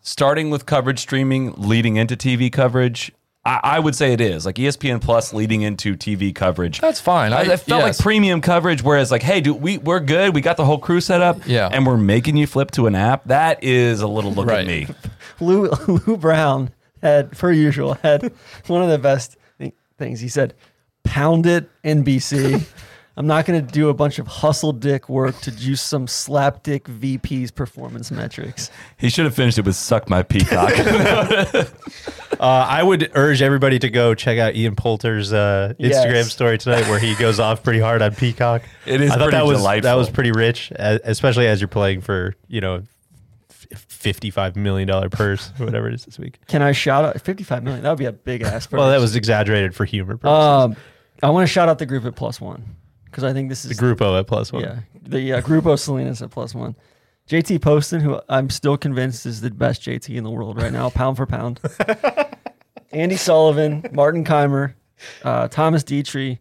S3: starting with coverage streaming, leading into TV coverage, I, I would say it is like E ESPN Plus leading into TV coverage.
S5: That's fine.
S3: I,
S5: I-
S3: it felt
S5: yes.
S3: like premium coverage, whereas like, hey, dude, we we're good. We got the whole crew set up,
S5: Yeah.
S3: and we're making you flip to an app. That is a little look at
S5: Right.
S3: me.
S4: Lou, *laughs* Lou Brown had, per usual, had one of the best thi- things. He said, "Pound it, NBC. I'm not going to do a bunch of hustle dick work to juice some slap dick VP's performance metrics."
S3: He should have finished it with "suck my peacock."
S2: Uh, I would urge everybody to go check out Ian Poulter's uh,
S4: Yes.
S2: Instagram story tonight, where he goes off pretty hard on Peacock.
S3: It is
S2: I thought
S3: pretty
S2: that was that
S3: delightful.
S2: was pretty rich, e- especially as you're playing for you know, f- fifty-five million dollar purse, *laughs* or whatever it is this week.
S4: Can I shout out 55 million? That would be a big ass.
S2: Well, that
S4: purse.
S2: was exaggerated for humor purposes.
S4: Um, I want to shout out the group at plus one because I think this is
S2: the Grupo at plus one.
S4: Yeah, the uh, Grupo Salinas at plus one. JT Poston, who I'm still convinced is the best JT in the world right now, pound for pound. Andy Sullivan, Martin Keimer, uh, Thomas Dietrich,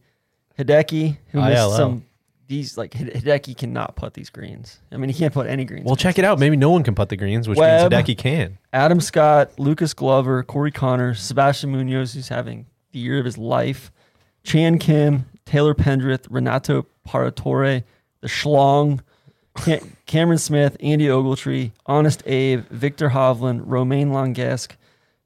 S4: Hideki, who
S2: ILO.
S4: missed some. These like Hide- Hideki cannot put these greens. I mean, he can't put any greens.
S2: Well, check it out. Maybe no one can putt the greens, which
S4: Webb.
S2: means Hideki can.
S4: Adam Scott, Lucas Glover, Corey Connor, Sebastian Munoz, who's having the year of his life, Chan Kim, Taylor Pendrith, Renato Paratore, the Schlong, Cam- Cameron Smith, Andy Ogletree, Honest Abe, Victor Hovland, Romain Longesque,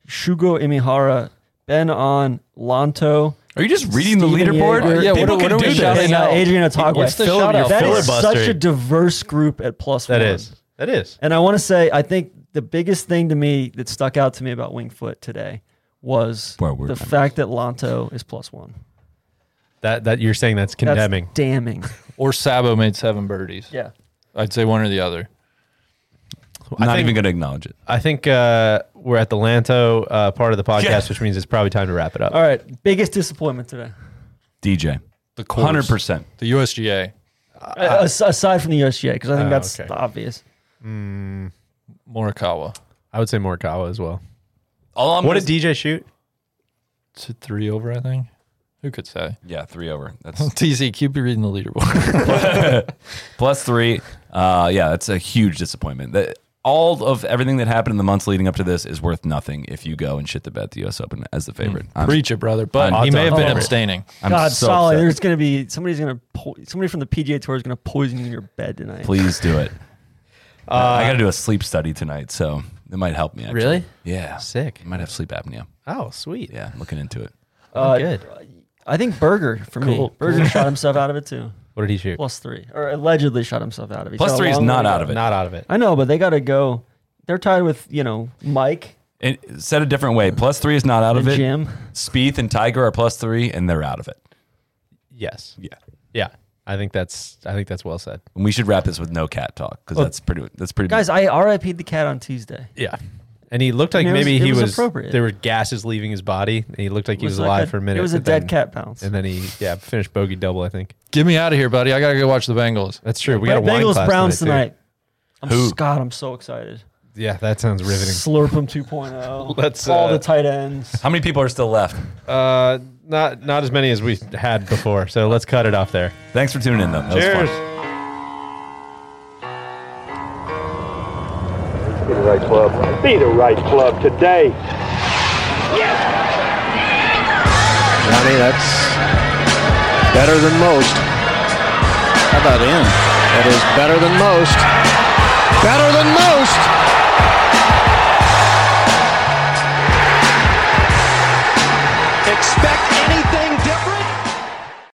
S4: Shugo Imihara, Ben On, Lanto.
S3: Are you *laughs* just reading the
S4: Steven
S3: leaderboard?
S4: Yeager.
S5: Yeah,
S3: People
S5: what- what
S3: can
S5: are
S3: do
S5: we
S3: this.
S5: shouting
S4: And uh,
S5: out?
S4: Adrian Otagwe.
S5: What's the
S2: Fill in
S5: shout
S2: your
S5: out?
S4: That is
S2: filibuster?
S4: such a diverse group at plus
S2: That
S4: one.
S2: is. That is.
S4: And I want to say, I think the biggest thing to me that stuck out to me about Wingfoot today was
S3: Well,
S4: the
S3: we're-
S4: fact that Lanto is plus one.
S2: That that you're saying that's
S4: That's
S2: condemning.
S4: damning.
S5: Or Sabo made seven birdies.
S4: Yeah.
S5: I'd say one or the other.
S3: I'm not
S2: think-
S3: even going to acknowledge it.
S2: I think uh, we're at the Lanto uh, part of the podcast,
S3: Yeah.
S2: which means it's probably time to wrap it up.
S4: All right. Biggest disappointment today,
S3: DJ,
S5: The course.
S3: hundred percent.
S5: The USGA.
S4: A- as- aside from the USGA, because I think
S2: Oh,
S4: that's
S2: okay.
S4: the obvious.
S5: Morikawa.
S2: I would say Morikawa as well.
S3: All I'm
S2: What
S3: gonna-
S2: did DJ shoot?
S5: It's a three over, I think. Who could say? *laughs*
S3: Yeah, three over. That's
S5: TZ, keep reading the leaderboard.
S3: plus three. Uh, yeah, that's a huge disappointment. That all of everything that happened in the months leading up to this is worth nothing if you go and shit the bet the U.S. Open as the
S2: Mm.
S3: favorite. I'm,
S5: *laughs* Preach it, brother. But
S3: I'm
S5: he may have been
S3: done.
S5: abstaining.
S3: I'm
S4: God,
S3: so
S4: Solly,
S3: upset.
S4: there's going to be somebody's going to po- somebody from the PGA Tour is going to poison you in your bed tonight.
S3: Please do
S2: *laughs*
S3: it.
S2: Uh,
S3: I got to do a sleep study tonight, so it might help me. Actually.
S2: Really?
S3: Yeah.
S2: Sick.
S3: I might have sleep apnea.
S2: Oh, sweet.
S3: Yeah, looking into it.
S4: Uh,
S2: Good.
S4: I think Berger for me. Berger shot himself out of
S3: *laughs*
S4: it too.
S2: What did he shoot?
S4: Plus three, or allegedly shot himself out of it. He
S3: Plus
S4: shot a
S3: three is
S4: long
S3: not
S4: way
S3: out
S4: to
S3: of
S4: go.
S3: it.
S2: Not out of it.
S4: I know, but they got to go. They're tied with you know Mike
S3: it. Said a different way. Plus three is not out of
S4: and
S3: it.
S4: Jim.
S3: Spieth and Tiger are plus three, and they're out of it.
S2: Yes.
S3: Yeah.
S2: Yeah. I think that's I think that's well said.
S3: And we should wrap this with no cat talk because that's pretty. That's pretty.
S4: Guys, I RIP'd the cat on Tuesday.
S2: Yeah. And he looked like
S4: mean, it was-
S2: maybe
S4: it
S2: he
S4: was
S2: was,
S4: appropriate.
S2: there were gases leaving his body and he looked like he was,
S4: like
S2: alive
S4: a-
S2: for a minute.
S4: It was a
S2: but
S4: dead
S2: then-
S4: cat bounce.
S2: And then he yeah, finished bogey double, I think.
S5: Get me out of here, buddy. I got to go watch the Bengals.
S2: That's true. We
S4: Right,
S2: got a wine
S4: Bengals
S2: class
S4: Browns
S2: tonight.
S4: tonight. I'm
S3: Who?
S4: Scott. I'm so excited.
S2: too. Yeah, that sounds riveting.
S4: Slurp 'em 2.0.
S2: *laughs* Let's,
S4: all
S2: uh,
S4: the tight ends.
S3: How many people are still left?
S2: Uh not not as many as we had before. So let's cut it off there.
S3: Thanks for tuning in, though. That was fun.
S2: Cheers.
S6: Be the right club. Be the right club today.
S7: Johnny, that's better than most. How about in? That is better than most. Better than most.
S1: Expect anything